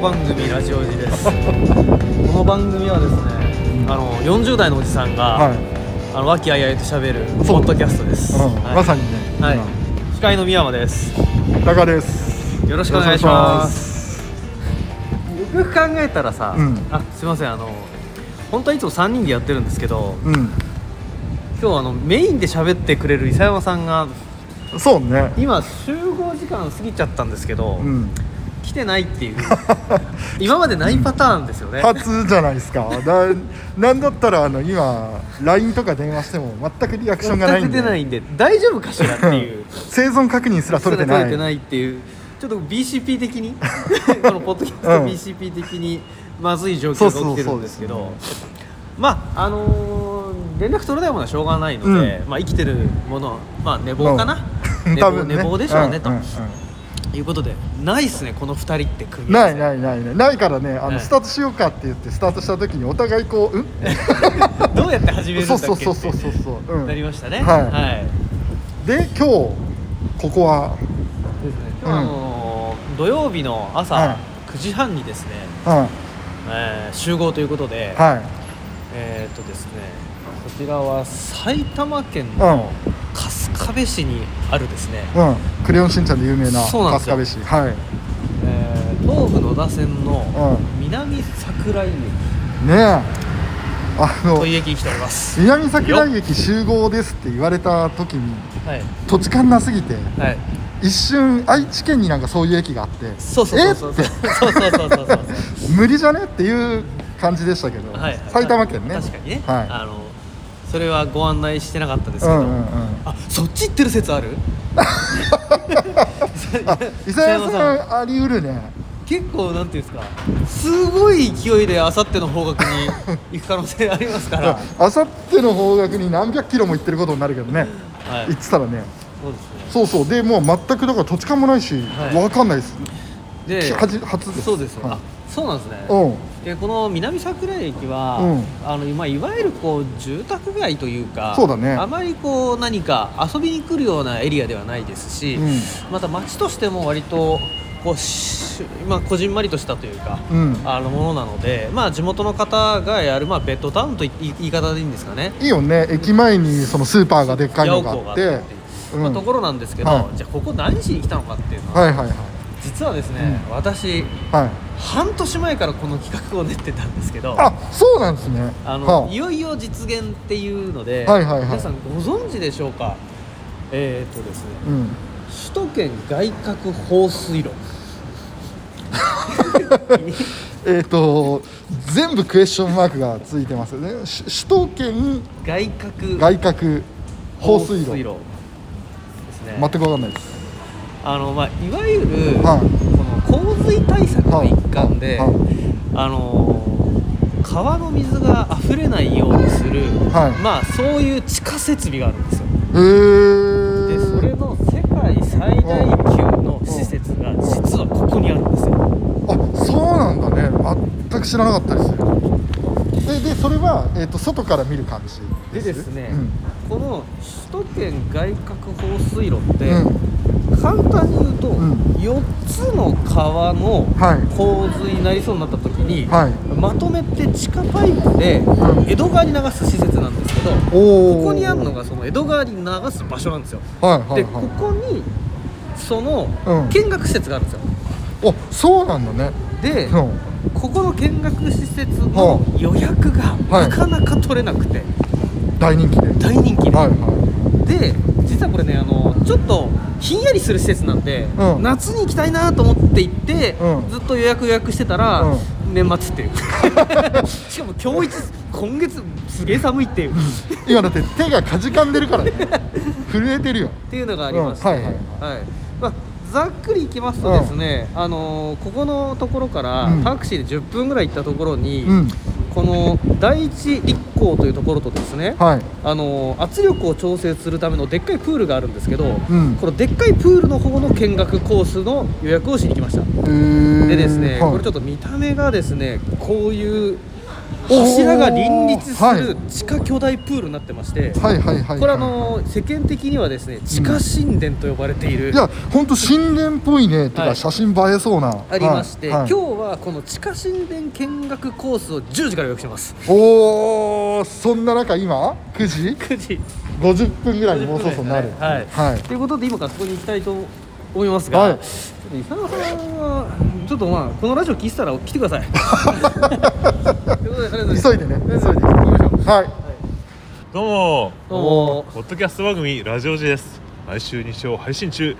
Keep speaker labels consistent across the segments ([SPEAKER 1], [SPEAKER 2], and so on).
[SPEAKER 1] 番組ラジオジ ですこの番組はですねあの40代のおじさんが、
[SPEAKER 2] はい、
[SPEAKER 1] あの和気あいあいと喋る
[SPEAKER 2] そう
[SPEAKER 1] ポッドキャストです、
[SPEAKER 2] うん
[SPEAKER 1] はい
[SPEAKER 2] まさにね、
[SPEAKER 1] はい司会の宮間です
[SPEAKER 2] 今タカです
[SPEAKER 1] よろしくお願いしますよくよく考えたらさ、
[SPEAKER 2] うん
[SPEAKER 1] あすいませんあの本当はいつも3人でやってるんですけど
[SPEAKER 2] うん
[SPEAKER 1] 今日あのメインで喋ってくれる伊佐山さんが
[SPEAKER 2] そうね
[SPEAKER 1] 今集合時間過ぎちゃったんですけど、
[SPEAKER 2] うん
[SPEAKER 1] 来てないっていう 今までないパターンですよね、
[SPEAKER 2] 初じゃないで すかだなんだったらあの今 LINE とか電話しても全くリアクションがないん
[SPEAKER 1] 全く
[SPEAKER 2] で
[SPEAKER 1] 出ないんで大丈夫かしらっていう
[SPEAKER 2] 生存確認すら取れてない
[SPEAKER 1] 取れてないっていうちょっと BCP 的に このポッドキャスト
[SPEAKER 2] うん
[SPEAKER 1] BCP 的にまずい状況が起きてるんですけ
[SPEAKER 2] そう
[SPEAKER 1] ど
[SPEAKER 2] そう
[SPEAKER 1] まああのー連絡取れないものはしょうがないので、まあ、生きてるものは、まあ、寝坊かな、
[SPEAKER 2] うん
[SPEAKER 1] 寝
[SPEAKER 2] 多
[SPEAKER 1] 坊
[SPEAKER 2] 分ね
[SPEAKER 1] 寝坊でしょうね、と
[SPEAKER 2] んんん
[SPEAKER 1] いうことでないっすねこの2人って組み合わ
[SPEAKER 2] な
[SPEAKER 1] せ
[SPEAKER 2] いないないないないからねあ
[SPEAKER 1] う
[SPEAKER 2] の、
[SPEAKER 1] ん
[SPEAKER 2] スタートしようかって言ってスタートした時にお互いこううん
[SPEAKER 1] どうやって始めるんだっけ
[SPEAKER 2] そう
[SPEAKER 1] って
[SPEAKER 2] そうそうそうそう そううん
[SPEAKER 1] なりましたね
[SPEAKER 2] はい
[SPEAKER 1] はい
[SPEAKER 2] で今日ここは
[SPEAKER 1] ですね今日はあのー土曜日の朝9時半にですね、
[SPEAKER 2] うんは
[SPEAKER 1] えー集合ということで、
[SPEAKER 2] いはい
[SPEAKER 1] えーっとですねこちらは埼玉県
[SPEAKER 2] う
[SPEAKER 1] の春日部市にあるですね、
[SPEAKER 2] んうん「クレヨンしんちゃん」で有名な
[SPEAKER 1] そうなん
[SPEAKER 2] 春
[SPEAKER 1] ですよ
[SPEAKER 2] 日部市はい
[SPEAKER 1] えー東武野田線の
[SPEAKER 2] う
[SPEAKER 1] 南桜井駅
[SPEAKER 2] ねえあの
[SPEAKER 1] という駅に来ております
[SPEAKER 2] 南桜井駅集合ですって言われた時に
[SPEAKER 1] はい
[SPEAKER 2] 土地勘なすぎて
[SPEAKER 1] はい
[SPEAKER 2] 一瞬愛知県になんかそういう駅があって
[SPEAKER 1] そうそうそうそう
[SPEAKER 2] えっ
[SPEAKER 1] そうそうそう そうそう
[SPEAKER 2] て無理じゃねっていう感じでしたけど、
[SPEAKER 1] はい
[SPEAKER 2] 埼玉県ね
[SPEAKER 1] 確かにね、
[SPEAKER 2] は
[SPEAKER 1] あのそれはご案内してなかったで
[SPEAKER 2] い
[SPEAKER 1] すけど、
[SPEAKER 2] うんうんうん
[SPEAKER 1] あそっち行ってる説あ る
[SPEAKER 2] あ伊沢
[SPEAKER 1] 磯
[SPEAKER 2] さんあり得るね
[SPEAKER 1] 結構なんていうんですかすごい勢いであさっての方角に行く可能性あります から、
[SPEAKER 2] あさっての方角に何百キロも行ってることになるけどね
[SPEAKER 1] はい
[SPEAKER 2] 行ってたらね
[SPEAKER 1] そうですね
[SPEAKER 2] そうそうでもう全くだから土地勘もないし、
[SPEAKER 1] はい
[SPEAKER 2] わかんないです
[SPEAKER 1] で
[SPEAKER 2] 初初です
[SPEAKER 1] そうですよ、
[SPEAKER 2] はい
[SPEAKER 1] あそうなんですね
[SPEAKER 2] うん
[SPEAKER 1] でこの南桜井駅は、
[SPEAKER 2] う
[SPEAKER 1] あの今いわゆるこう住宅街というか
[SPEAKER 2] そうだね
[SPEAKER 1] あまりこう何か遊びに来るようなエリアではないですし、
[SPEAKER 2] うん
[SPEAKER 1] また街としても割とこうし、まあ、こじんまりとしたというか、
[SPEAKER 2] うん
[SPEAKER 1] あのものなので、まあ、地元の方がやる、まあ、ベッドタウンとい言い言い方でいいんですかね。
[SPEAKER 2] いいよね駅前にそのスーパーがでっかいのが
[SPEAKER 1] ヤオコー
[SPEAKER 2] あって
[SPEAKER 1] まあ、
[SPEAKER 2] うん
[SPEAKER 1] ところなんですけど、
[SPEAKER 2] はい
[SPEAKER 1] じゃあここ何しに来たのかっていうのは、
[SPEAKER 2] はいはいはい
[SPEAKER 1] 実はですね、私
[SPEAKER 2] はい
[SPEAKER 1] 半年前からこの企画を練ってたんですけど
[SPEAKER 2] あそうなんですね
[SPEAKER 1] あの
[SPEAKER 2] はい
[SPEAKER 1] よいよ実現っていうので、
[SPEAKER 2] はいはいはい
[SPEAKER 1] 皆さんご存知でしょうかえー、っとですね
[SPEAKER 2] うん
[SPEAKER 1] 首都圏外郭放水路
[SPEAKER 2] えっ、と全部クエスチョンマークがついてますよねし首都圏
[SPEAKER 1] 外郭
[SPEAKER 2] 外郭放水路
[SPEAKER 1] ですね、
[SPEAKER 2] 全く分かんないです
[SPEAKER 1] あのまあ、いわゆる、
[SPEAKER 2] は
[SPEAKER 1] この洪水対策の一環で、
[SPEAKER 2] はいはい
[SPEAKER 1] あのー川の水が溢れないようにする、
[SPEAKER 2] はい
[SPEAKER 1] まあ、そういう地下設備があるんですよ
[SPEAKER 2] へ
[SPEAKER 1] でそれ
[SPEAKER 2] え
[SPEAKER 1] の世界最大級の施設が実はここにあるんですよ
[SPEAKER 2] あそうなんだね全く知らなかったですででそれは、えー、と外から見る感じ
[SPEAKER 1] でですね、
[SPEAKER 2] うん
[SPEAKER 1] この首都圏外郭放水路って、
[SPEAKER 2] うん
[SPEAKER 1] 簡単に言うと、
[SPEAKER 2] うん
[SPEAKER 1] 4つの川の
[SPEAKER 2] はい
[SPEAKER 1] 洪水になりそうになった時に、
[SPEAKER 2] はい
[SPEAKER 1] まとめて地下パイプで
[SPEAKER 2] うん
[SPEAKER 1] 江戸川に流す施設なんですけど、
[SPEAKER 2] おお
[SPEAKER 1] ここにあるのがその江戸川に流す場所なんですよ、
[SPEAKER 2] はいは
[SPEAKER 1] で
[SPEAKER 2] いは
[SPEAKER 1] ここ
[SPEAKER 2] い
[SPEAKER 1] にその
[SPEAKER 2] うん
[SPEAKER 1] 見学施設があるんですよ
[SPEAKER 2] おそうなんだね
[SPEAKER 1] で、
[SPEAKER 2] うん
[SPEAKER 1] ここの見学施設の
[SPEAKER 2] は
[SPEAKER 1] 予約が
[SPEAKER 2] はい
[SPEAKER 1] なかなか取れなくて
[SPEAKER 2] 大人気で
[SPEAKER 1] 大人気で、
[SPEAKER 2] はいは
[SPEAKER 1] で実はこれねあのちょっとひんやりする施設なんで、
[SPEAKER 2] うん
[SPEAKER 1] 夏に行きたいなと思って行って、
[SPEAKER 2] うん
[SPEAKER 1] ずっと予約予約してたら、
[SPEAKER 2] うん
[SPEAKER 1] 年末っていう しかも今日一今月すげえ寒いっていうっ
[SPEAKER 2] い今だって手がかじかんでるからね 震えてるよ
[SPEAKER 1] ていうのがありまして、
[SPEAKER 2] うんはいは
[SPEAKER 1] は
[SPEAKER 2] い
[SPEAKER 1] いまあざっくり行きますとですね、あのーここのところから
[SPEAKER 2] うん
[SPEAKER 1] タクシーで10分ぐらい行ったところに、
[SPEAKER 2] うん
[SPEAKER 1] この第一立港というところとですね、
[SPEAKER 2] はい
[SPEAKER 1] あの圧力を調整するためのでっかいプールがあるんですけど、
[SPEAKER 2] ん
[SPEAKER 1] このでっかいプールの方の見学コースの予約をしに来ました
[SPEAKER 2] で
[SPEAKER 1] でですね、これちょっ
[SPEAKER 2] と
[SPEAKER 1] と見た目がですねこういう
[SPEAKER 2] おー
[SPEAKER 1] 柱が林立す
[SPEAKER 2] はい
[SPEAKER 1] る地下巨大プールになってまして、
[SPEAKER 2] はいはいはいはい
[SPEAKER 1] これあの世間的にはですね地下神殿と呼ばれている、
[SPEAKER 2] いや本当神殿っぽいねとか、
[SPEAKER 1] はい
[SPEAKER 2] 写真映えそうな
[SPEAKER 1] ありまして、
[SPEAKER 2] はいはい
[SPEAKER 1] 今日はこの地下神殿見学コースを10時から予約してます
[SPEAKER 2] おおそんな中今9時
[SPEAKER 1] 9時
[SPEAKER 2] 50分ぐらいにもうそろそろなる
[SPEAKER 1] はい
[SPEAKER 2] はい
[SPEAKER 1] ということで今からそこに行きたいと思いますが、
[SPEAKER 2] はい
[SPEAKER 1] ちょっと伊沢さんはちょっとまあこのラジオ聞いてたら来てくださいということでありがとうございます
[SPEAKER 2] 急いでね急いで行きましょうはい
[SPEAKER 3] どうも
[SPEAKER 1] どうも
[SPEAKER 3] ポッドキャスト番組ラジオジです毎週日曜配信中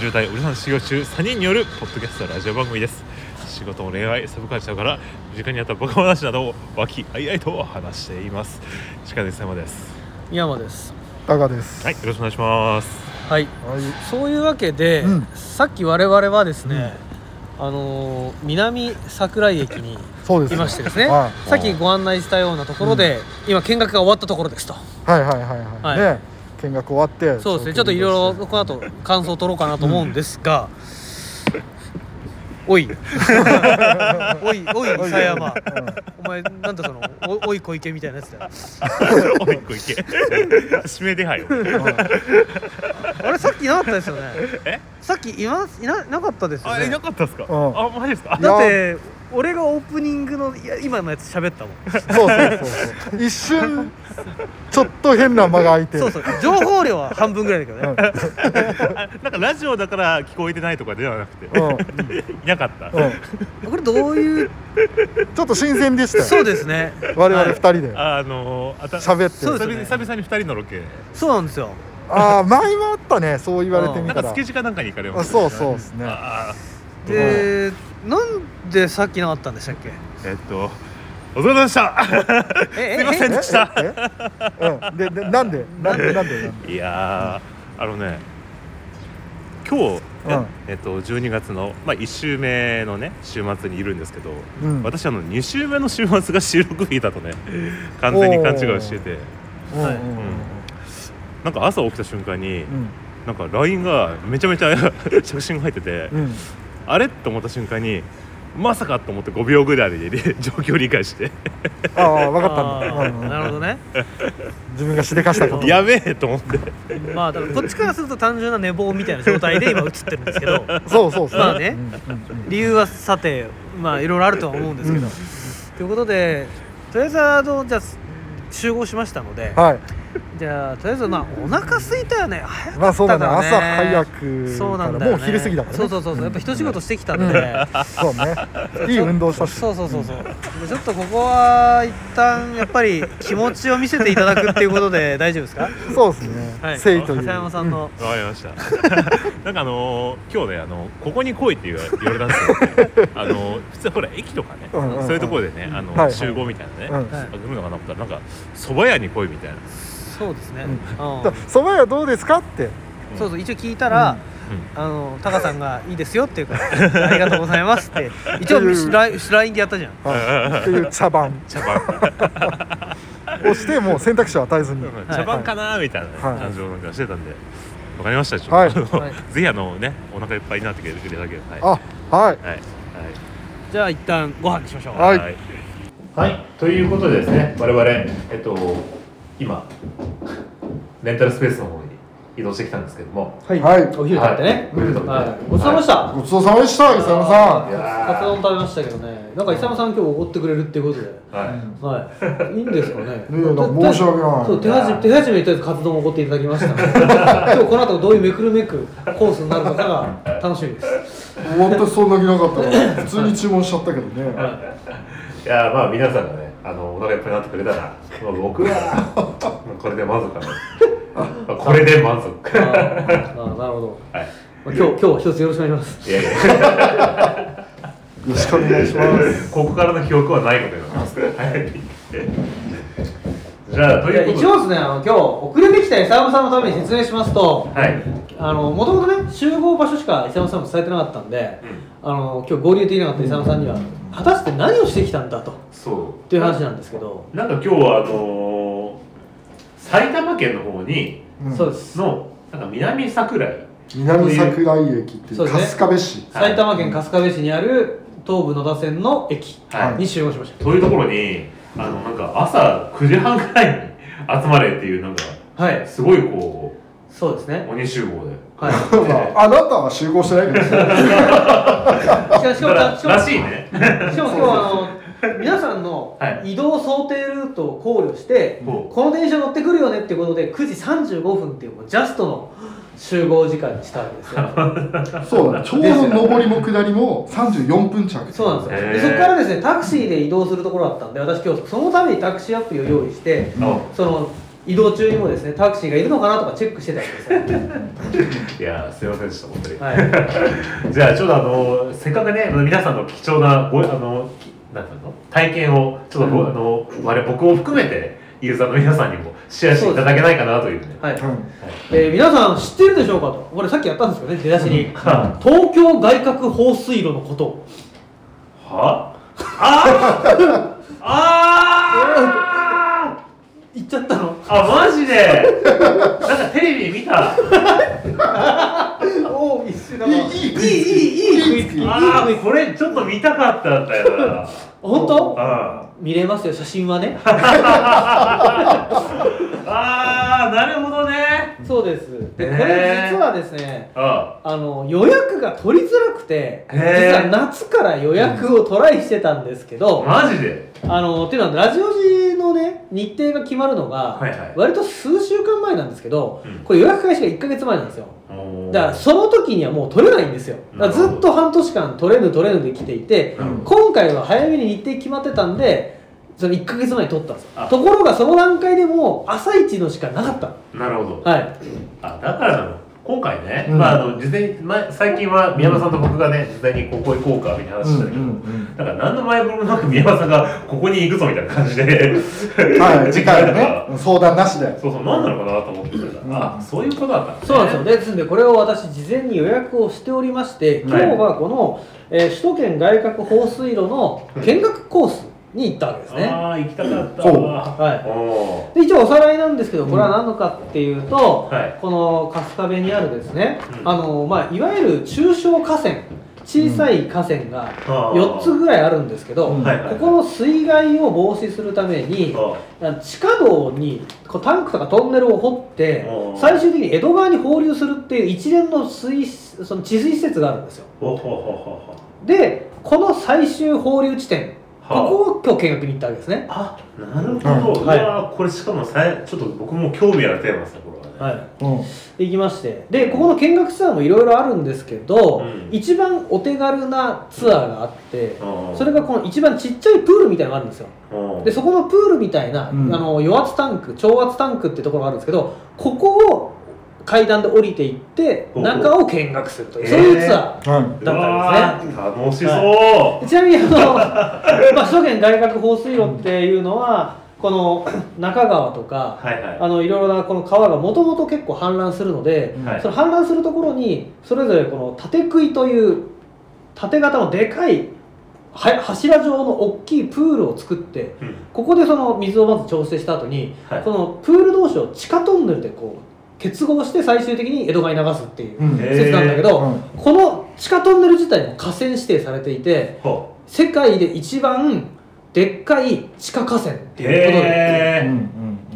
[SPEAKER 3] 40代おじさん修行中3人によるポッドキャストラジオ番組です仕事も恋愛サブカルチャーから身近にあったバカ話などを和気あいあいと話しています近田山です
[SPEAKER 1] 宮山です
[SPEAKER 2] タカです
[SPEAKER 3] はいよろしくお願いします
[SPEAKER 1] はい
[SPEAKER 2] はい
[SPEAKER 1] そういうわけで、
[SPEAKER 2] うん
[SPEAKER 1] さっき我々はですね、あのー南桜井駅に
[SPEAKER 2] そうです
[SPEAKER 1] いましてですね、
[SPEAKER 2] はい
[SPEAKER 1] さっきご案内したようなところで、今見学が終わったところですと
[SPEAKER 2] はいはいはいは
[SPEAKER 1] はいい
[SPEAKER 2] ね見学終わって
[SPEAKER 1] そうですねちょっといろいろこの後感想を取ろうかなと思うんですが、 おいおいおい伊佐山、お前なんだそのおおい小池みたいなやつだよ
[SPEAKER 3] おいっこいけ指名手配を
[SPEAKER 1] あれさっきいなかったですよねさっきいますいないなかったですよ
[SPEAKER 3] あいな
[SPEAKER 1] ね
[SPEAKER 3] かったですか、
[SPEAKER 2] うん
[SPEAKER 3] あマジですか
[SPEAKER 1] だって俺がオープニングのいや今のやつ喋ったもん
[SPEAKER 2] そうそうそうそう一瞬ちょっと変な間が空いて
[SPEAKER 1] そうそう情報量は半分ぐらいだけどね、
[SPEAKER 3] あなんかラジオだから聞こえてないとかではなくて、
[SPEAKER 2] うんうん
[SPEAKER 3] いなかった、
[SPEAKER 1] これどういう
[SPEAKER 2] ちょっと新鮮でした
[SPEAKER 1] そう
[SPEAKER 2] よ
[SPEAKER 1] ですね
[SPEAKER 2] 我々二
[SPEAKER 1] はい
[SPEAKER 2] 人で
[SPEAKER 3] あのあた
[SPEAKER 2] 喋って
[SPEAKER 1] そうですよね
[SPEAKER 3] 久々に二人のロケ
[SPEAKER 1] そうなんですよ
[SPEAKER 2] ああ前もあったねそう言われてみ
[SPEAKER 3] なん
[SPEAKER 2] た
[SPEAKER 3] からスケジかなんかに行かれま
[SPEAKER 2] あ
[SPEAKER 3] したね
[SPEAKER 2] そうそうですね
[SPEAKER 3] あ
[SPEAKER 1] でなんでさっきなかったんでしたっけ
[SPEAKER 3] ーえっとお疲れ様でした
[SPEAKER 1] え
[SPEAKER 3] すいません
[SPEAKER 1] え
[SPEAKER 3] でした
[SPEAKER 2] えうんででなんでなんでなんでなんで
[SPEAKER 3] いやーあのね今日、
[SPEAKER 2] うん
[SPEAKER 3] えっと12月のまあ一週目のね週末にいるんですけど、
[SPEAKER 2] うん
[SPEAKER 3] 私あの二週目の週末が収録日だとね完全に勘違いしてて
[SPEAKER 2] うんうん
[SPEAKER 3] なんか朝起きた瞬間に、
[SPEAKER 2] うん
[SPEAKER 3] なんか LINE がめちゃめち ゃ着信が入ってて、
[SPEAKER 2] うん
[SPEAKER 3] あれと思った瞬間にまさかと思って5秒ぐらいで状況を理解して
[SPEAKER 2] ああ分か
[SPEAKER 1] あ
[SPEAKER 2] ったんだう
[SPEAKER 1] ー
[SPEAKER 2] ん
[SPEAKER 1] なるほどね
[SPEAKER 2] うん自分がしでかしたこと
[SPEAKER 3] やべえと思って
[SPEAKER 1] まあだからこっちからすると単純な寝坊みたいな状態で今映ってるんですけど
[SPEAKER 2] そうそうそう
[SPEAKER 1] まあね
[SPEAKER 2] うんうん
[SPEAKER 1] 理由はさてまあいろいろあるとは思うんですけど、ということでとりあえずあのじゃあ集合しましたので、
[SPEAKER 2] うんはい
[SPEAKER 1] じゃあとりあえずまあお腹空いたよね早
[SPEAKER 2] ま
[SPEAKER 1] か
[SPEAKER 2] あ
[SPEAKER 1] っ
[SPEAKER 2] そう
[SPEAKER 1] たか
[SPEAKER 2] だ
[SPEAKER 1] らね、
[SPEAKER 2] ね朝早く
[SPEAKER 1] そうなんだ
[SPEAKER 2] も
[SPEAKER 1] よ、ね、
[SPEAKER 2] う昼過ぎだからね
[SPEAKER 1] そうそうそうそうやっぱ一仕事してきたんで、
[SPEAKER 2] そうねいい運動したし
[SPEAKER 1] そうそうそうそうでちょっとここは一旦やっぱり気持ちを見せていただくっていうことで大丈夫ですか
[SPEAKER 2] そうですね
[SPEAKER 1] はい
[SPEAKER 2] 誠意という
[SPEAKER 1] 笹山さんの、
[SPEAKER 3] わかりました。 なんかあのー今日ねあのここに来いって言わ言われたんですよ、あのー普通ほら駅とかね、
[SPEAKER 2] うんうんうん
[SPEAKER 3] そういうところでねあの、
[SPEAKER 2] はいはい
[SPEAKER 3] 集合みたいなね、
[SPEAKER 2] うん
[SPEAKER 3] あ来るのかなと思ったらなんか蕎麦屋に来いみたいな。
[SPEAKER 1] そうですね、
[SPEAKER 2] うん
[SPEAKER 1] うん
[SPEAKER 2] だそば屋どうですかって
[SPEAKER 1] そうそう一応聞いたら、あのタカさんがいいですよっていうからありがとうございます って一応
[SPEAKER 2] うん
[SPEAKER 1] ライン LINE でやったじゃん
[SPEAKER 2] はいっていう茶番
[SPEAKER 3] 茶 番、
[SPEAKER 2] をしてもう選択肢を与えずに
[SPEAKER 3] うん茶番かなみたいな、ね
[SPEAKER 2] はい
[SPEAKER 3] 感じをなんかしてたんで、わかりましたでしょ。
[SPEAKER 2] はい
[SPEAKER 3] あの
[SPEAKER 1] はい
[SPEAKER 3] ぜひあのねお腹いっぱいになってくれるだけで、はい、は
[SPEAKER 2] あはい
[SPEAKER 3] いはい。
[SPEAKER 1] じゃあ一旦ご飯にしましょう
[SPEAKER 2] はい
[SPEAKER 3] はい、ということでですね、我々、えっと、今、レンタルスペースの方に移動してきたんですけども、
[SPEAKER 1] はい
[SPEAKER 2] はい
[SPEAKER 1] お昼食べてね、
[SPEAKER 3] はいお昼食べて
[SPEAKER 1] はい、ごちそうさまでした、
[SPEAKER 2] ごちそうさまでした磯山さん
[SPEAKER 3] やー
[SPEAKER 1] カツ丼食べましたけどねなんか伊沢さん今日おごってくれるっていうことで
[SPEAKER 3] は
[SPEAKER 1] はい、いいん ですかね。
[SPEAKER 2] えなんか申し訳ない
[SPEAKER 1] そう手始め手始めにとりあえずカツ丼をおごっていただきましたので。 今日この後どういうめくるめくコースになるのかが楽しみです。
[SPEAKER 2] 私そんな気なかったから普通に注文しちゃったけどね
[SPEAKER 3] い、いやーまあ皆さんがね、あのお腹いっぱいになってくれたら、まあ、僕はこれで満足かな、まあこれで満足。
[SPEAKER 1] あーあー、なるほど。
[SPEAKER 3] はい
[SPEAKER 1] まあ今日今日は一つよろしくお願いします。
[SPEAKER 3] いやいや
[SPEAKER 2] よろしくお願いします
[SPEAKER 3] ここからの記憶はないことになります。はいじゃあと
[SPEAKER 1] いや
[SPEAKER 3] いうこ
[SPEAKER 1] 一
[SPEAKER 3] と
[SPEAKER 1] 応ですね、あの今日遅れてきた伊沢さんのために説明しますと、
[SPEAKER 3] で、はい、
[SPEAKER 1] あのもともとね集合場所しか伊沢さんも伝えてなかったんで、あの今日合流できなかった伊沢さんには果たして何をしてきたんだと
[SPEAKER 3] そう。
[SPEAKER 1] っていう話なんですけど、
[SPEAKER 3] なんか今日はあのー埼玉県の方に
[SPEAKER 2] うん
[SPEAKER 1] そうです。
[SPEAKER 3] のなんか南桜井
[SPEAKER 2] 南桜井駅ってい
[SPEAKER 1] そううですね
[SPEAKER 2] 春日部市
[SPEAKER 3] はい
[SPEAKER 1] 埼玉県春日部市にある東武野田線の駅
[SPEAKER 3] はい
[SPEAKER 1] に集合しました、
[SPEAKER 3] というところにあのなんか朝9時半くらいに集まれっていうなんか
[SPEAKER 1] はい
[SPEAKER 3] すごいこ
[SPEAKER 1] そうです
[SPEAKER 3] う
[SPEAKER 1] ね
[SPEAKER 3] 鬼集合で
[SPEAKER 1] はい
[SPEAKER 2] あなたは集合してないけどね
[SPEAKER 1] しかもしかも
[SPEAKER 3] ら
[SPEAKER 1] しからも
[SPEAKER 3] しいね
[SPEAKER 1] しかも今日はあの皆さんの
[SPEAKER 3] は
[SPEAKER 1] 移動想定ルートを考慮して、
[SPEAKER 3] ほう
[SPEAKER 1] この電車乗ってくるよねっていうことで9時35分っていうもうジャストの集合時間にしたんですよ
[SPEAKER 2] そうだねちょうど上りも下りも34分着
[SPEAKER 1] そうなんですよで
[SPEAKER 3] へー
[SPEAKER 1] そこからですねタクシーで移動するところだったんで私今日そのためにタクシーアプリを用意して
[SPEAKER 3] あ
[SPEAKER 1] その移動中にもですねタクシーがいるのかなとかチェックしてたんですよ、
[SPEAKER 3] いやーすいませんでした本当 に、
[SPEAKER 1] はい、
[SPEAKER 3] じゃあちょっとあのせっかくね皆さんの貴重なごあのきなんていうの体験をちょっとご、あの我々僕を含めてユーザーの皆さんにもシェアしていただけないかなというね
[SPEAKER 1] はい
[SPEAKER 2] うん
[SPEAKER 1] えー皆さん知ってるでしょうかとこれさっきやったんですけどね出だしに
[SPEAKER 3] は
[SPEAKER 1] 東京外郭放水路のことを
[SPEAKER 3] はああ あー
[SPEAKER 1] 言っちゃったの
[SPEAKER 3] あマジで なんかテレビで見た
[SPEAKER 1] おお一瞬だ
[SPEAKER 2] い
[SPEAKER 1] ないい
[SPEAKER 2] いい
[SPEAKER 1] いいい
[SPEAKER 2] 食いつき
[SPEAKER 1] いいい 食いつきいい
[SPEAKER 3] あ
[SPEAKER 1] 食い
[SPEAKER 3] ー
[SPEAKER 1] つき
[SPEAKER 3] これちょっと見たかったんだ よな
[SPEAKER 1] 本当
[SPEAKER 3] あ
[SPEAKER 1] 見れますよ写真はね
[SPEAKER 3] ーあーなるほどね
[SPEAKER 1] そうですでこ
[SPEAKER 3] へー
[SPEAKER 1] れ実はですね
[SPEAKER 3] あ
[SPEAKER 1] あの予約が取りづらくて
[SPEAKER 3] へ
[SPEAKER 1] 実
[SPEAKER 3] ー
[SPEAKER 1] は夏から予約をトライしてたんですけど、
[SPEAKER 3] マジで
[SPEAKER 1] あのっていうのはラジオ時のね日程が決まるのが
[SPEAKER 3] はいはい
[SPEAKER 1] 割と数週間前なんですけど、
[SPEAKER 3] うん
[SPEAKER 1] これ予約開始が1か月前なんですよ
[SPEAKER 3] おー
[SPEAKER 1] だからその時にはもう取れないんですよだからずっと半年間取れぬ取れぬで来ていて、
[SPEAKER 3] うん
[SPEAKER 1] 今回は早めに日程決まってたんでその1か月前に取ったんですよ
[SPEAKER 3] あ
[SPEAKER 1] ところがその段階でもう朝一のしかなかった
[SPEAKER 3] なるほど
[SPEAKER 1] はい
[SPEAKER 3] あだからなの今回ね、
[SPEAKER 2] うん
[SPEAKER 3] まああの事前に前最近は宮山さんと僕がね事前にここ行こうかみたいな話してたけど、だから何の前触れもなく宮山さんがここに行くぞみたいな感じで
[SPEAKER 2] はい、次回は
[SPEAKER 3] だか
[SPEAKER 2] ね、
[SPEAKER 3] ら
[SPEAKER 2] 相談なしで。
[SPEAKER 3] そうそう何なのかなと思ってたら、
[SPEAKER 2] ん
[SPEAKER 3] あそういうことだったね
[SPEAKER 1] そうなんですよ、ですんでこれを私事前に予約をしておりまして今日はこの、えー首都圏外郭放水路の見学コースに行ったわけですね、
[SPEAKER 3] ああ行きたかった
[SPEAKER 2] そう
[SPEAKER 3] わ
[SPEAKER 1] はい
[SPEAKER 3] お
[SPEAKER 1] で一応おさらいなんですけどこれは何のかっていうと、
[SPEAKER 3] うんはい
[SPEAKER 1] この春日部にあるですね、
[SPEAKER 3] うん
[SPEAKER 1] あのまあ、いわゆる中小河川小さい河川が
[SPEAKER 3] あー
[SPEAKER 1] 4つぐらいあるんですけど、
[SPEAKER 2] うん
[SPEAKER 3] はいは
[SPEAKER 1] こ
[SPEAKER 3] い
[SPEAKER 1] この水害を防止するために
[SPEAKER 3] お
[SPEAKER 1] 地下道にこうタンクとかトンネルを掘って
[SPEAKER 3] うん
[SPEAKER 1] 最終的に江戸川に放流するっていう一連の水その治水施設があるんですよ
[SPEAKER 3] ほほほほほ
[SPEAKER 1] でこの最終放流地点こ
[SPEAKER 3] はあ
[SPEAKER 1] こを今日見学に行ったわけですね
[SPEAKER 3] あなるほど、
[SPEAKER 1] うん
[SPEAKER 3] いやーこれしかもさちょっと僕も興味あるテーマですねこれはね、
[SPEAKER 1] はい
[SPEAKER 2] うん。
[SPEAKER 1] 行きましてでここの見学ツアーもいろいろあるんですけど、
[SPEAKER 3] うん
[SPEAKER 1] 一番お手軽なツアーがあって、
[SPEAKER 3] あー
[SPEAKER 1] それがこの一番ちっちゃいプールみたいなのがあるんですよ
[SPEAKER 3] おー
[SPEAKER 1] でそこのプールみたいな、
[SPEAKER 2] うん
[SPEAKER 1] あの与圧タンク超圧タンクってところがあるんですけどここを階段で降りていって
[SPEAKER 3] おう
[SPEAKER 1] 中を見学するという、
[SPEAKER 3] えー
[SPEAKER 1] そういうツア
[SPEAKER 2] はい。
[SPEAKER 1] ーだったんですね
[SPEAKER 3] うわー楽しそう、
[SPEAKER 1] ちなみにあの、 まあ、首都圏大学放水路っていうのはこの中川とか
[SPEAKER 3] はいはい
[SPEAKER 1] あのいろいろなこの川がもともと結構氾濫するので、
[SPEAKER 3] はい
[SPEAKER 1] その氾濫するところにそれぞれこの縦杭という縦型のでかいは柱状の大きいプールを作って
[SPEAKER 3] うん
[SPEAKER 1] ここでその水をまず調整した後に、
[SPEAKER 3] はい
[SPEAKER 1] このプール同士を地下トンネルでこう結合して最終的に江戸川に流すっていう
[SPEAKER 2] うん
[SPEAKER 1] 施設なんだけど、
[SPEAKER 2] うん
[SPEAKER 1] この地下トンネル自体も河川指定されていて
[SPEAKER 3] ほ
[SPEAKER 1] 世界で一番でっかい地下河川っていうことで
[SPEAKER 2] うん
[SPEAKER 3] へ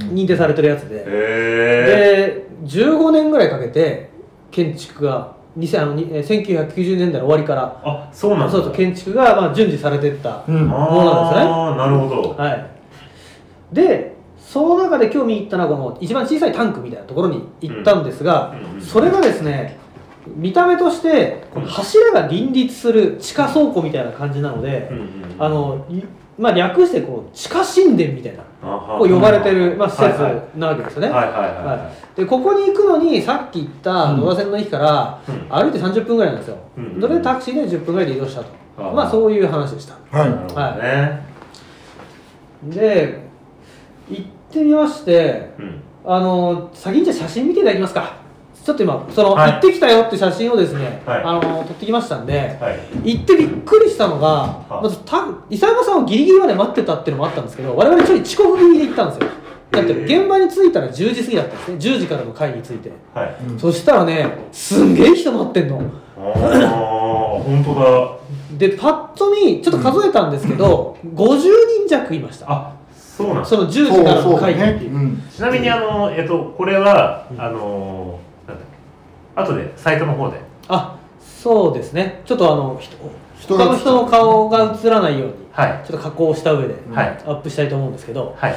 [SPEAKER 2] うん
[SPEAKER 1] 認定されてるやつで
[SPEAKER 3] え。へえ
[SPEAKER 1] で15年ぐらいかけて建築が2000あのにえー1990年代の終わりから
[SPEAKER 3] あそうなんだ
[SPEAKER 1] そうそう建築がまあ順次されてった、
[SPEAKER 2] うん。うん。
[SPEAKER 3] ああなるほど
[SPEAKER 1] はいでその中で今日見に行ったのはこの一番小さいタンクみたいなところに行ったんですが、
[SPEAKER 3] うんうん
[SPEAKER 1] それがですね見た目としてこの柱が林立する地下倉庫みたいな感じなので、
[SPEAKER 3] うんうん
[SPEAKER 1] あのいまあ、略してこう地下神殿みたいな
[SPEAKER 3] あは
[SPEAKER 1] こう呼ばれてる、まあ、施設
[SPEAKER 3] はい
[SPEAKER 1] なわけですよね、
[SPEAKER 3] はいはいはいは
[SPEAKER 1] はいい、でここに行くのにさっき言った野田線の駅から
[SPEAKER 3] うん
[SPEAKER 1] 歩いて30分ぐらいなんですよ、
[SPEAKER 3] うん
[SPEAKER 1] それでタクシーで10分ぐらいで移動したと
[SPEAKER 3] ああ
[SPEAKER 1] まあそういう話でした
[SPEAKER 2] はい。
[SPEAKER 3] なるほどね
[SPEAKER 1] で行ってみまして
[SPEAKER 3] うん
[SPEAKER 1] あの先にじゃあ写真見ていただきますかちょっと今その、
[SPEAKER 3] はい
[SPEAKER 1] 行ってきたよって写真をですね、
[SPEAKER 3] はい
[SPEAKER 1] あの撮ってきましたんで
[SPEAKER 3] はい
[SPEAKER 1] 行ってびっくりしたのが、
[SPEAKER 3] あ
[SPEAKER 1] まずた伊沢さんをギリギリまで待ってたっていうのもあったんですけど我々ちょい遅刻気味で行ったんですよだって
[SPEAKER 3] へえ
[SPEAKER 1] 現場に着いたら10時過ぎだったんですね10時からの会に着いて
[SPEAKER 3] はい
[SPEAKER 2] うん
[SPEAKER 1] そしたらねすんげえ人待ってんの
[SPEAKER 3] ああ本当
[SPEAKER 1] でパッと見ちょっと数えたんですけど、50人弱いまし
[SPEAKER 3] だ
[SPEAKER 1] た
[SPEAKER 3] あそうなん
[SPEAKER 1] その10時からの会議っていう
[SPEAKER 2] うん、
[SPEAKER 3] ちなみにあの、えっと、これは、あのなんだっけ後でサイトの方で
[SPEAKER 1] あそうですねちょっとあの人
[SPEAKER 2] 人が
[SPEAKER 1] 他の人の顔が映らないように
[SPEAKER 3] はい
[SPEAKER 1] ちょっと加工した上で
[SPEAKER 3] はい
[SPEAKER 1] アップしたいと思うんですけど
[SPEAKER 3] はい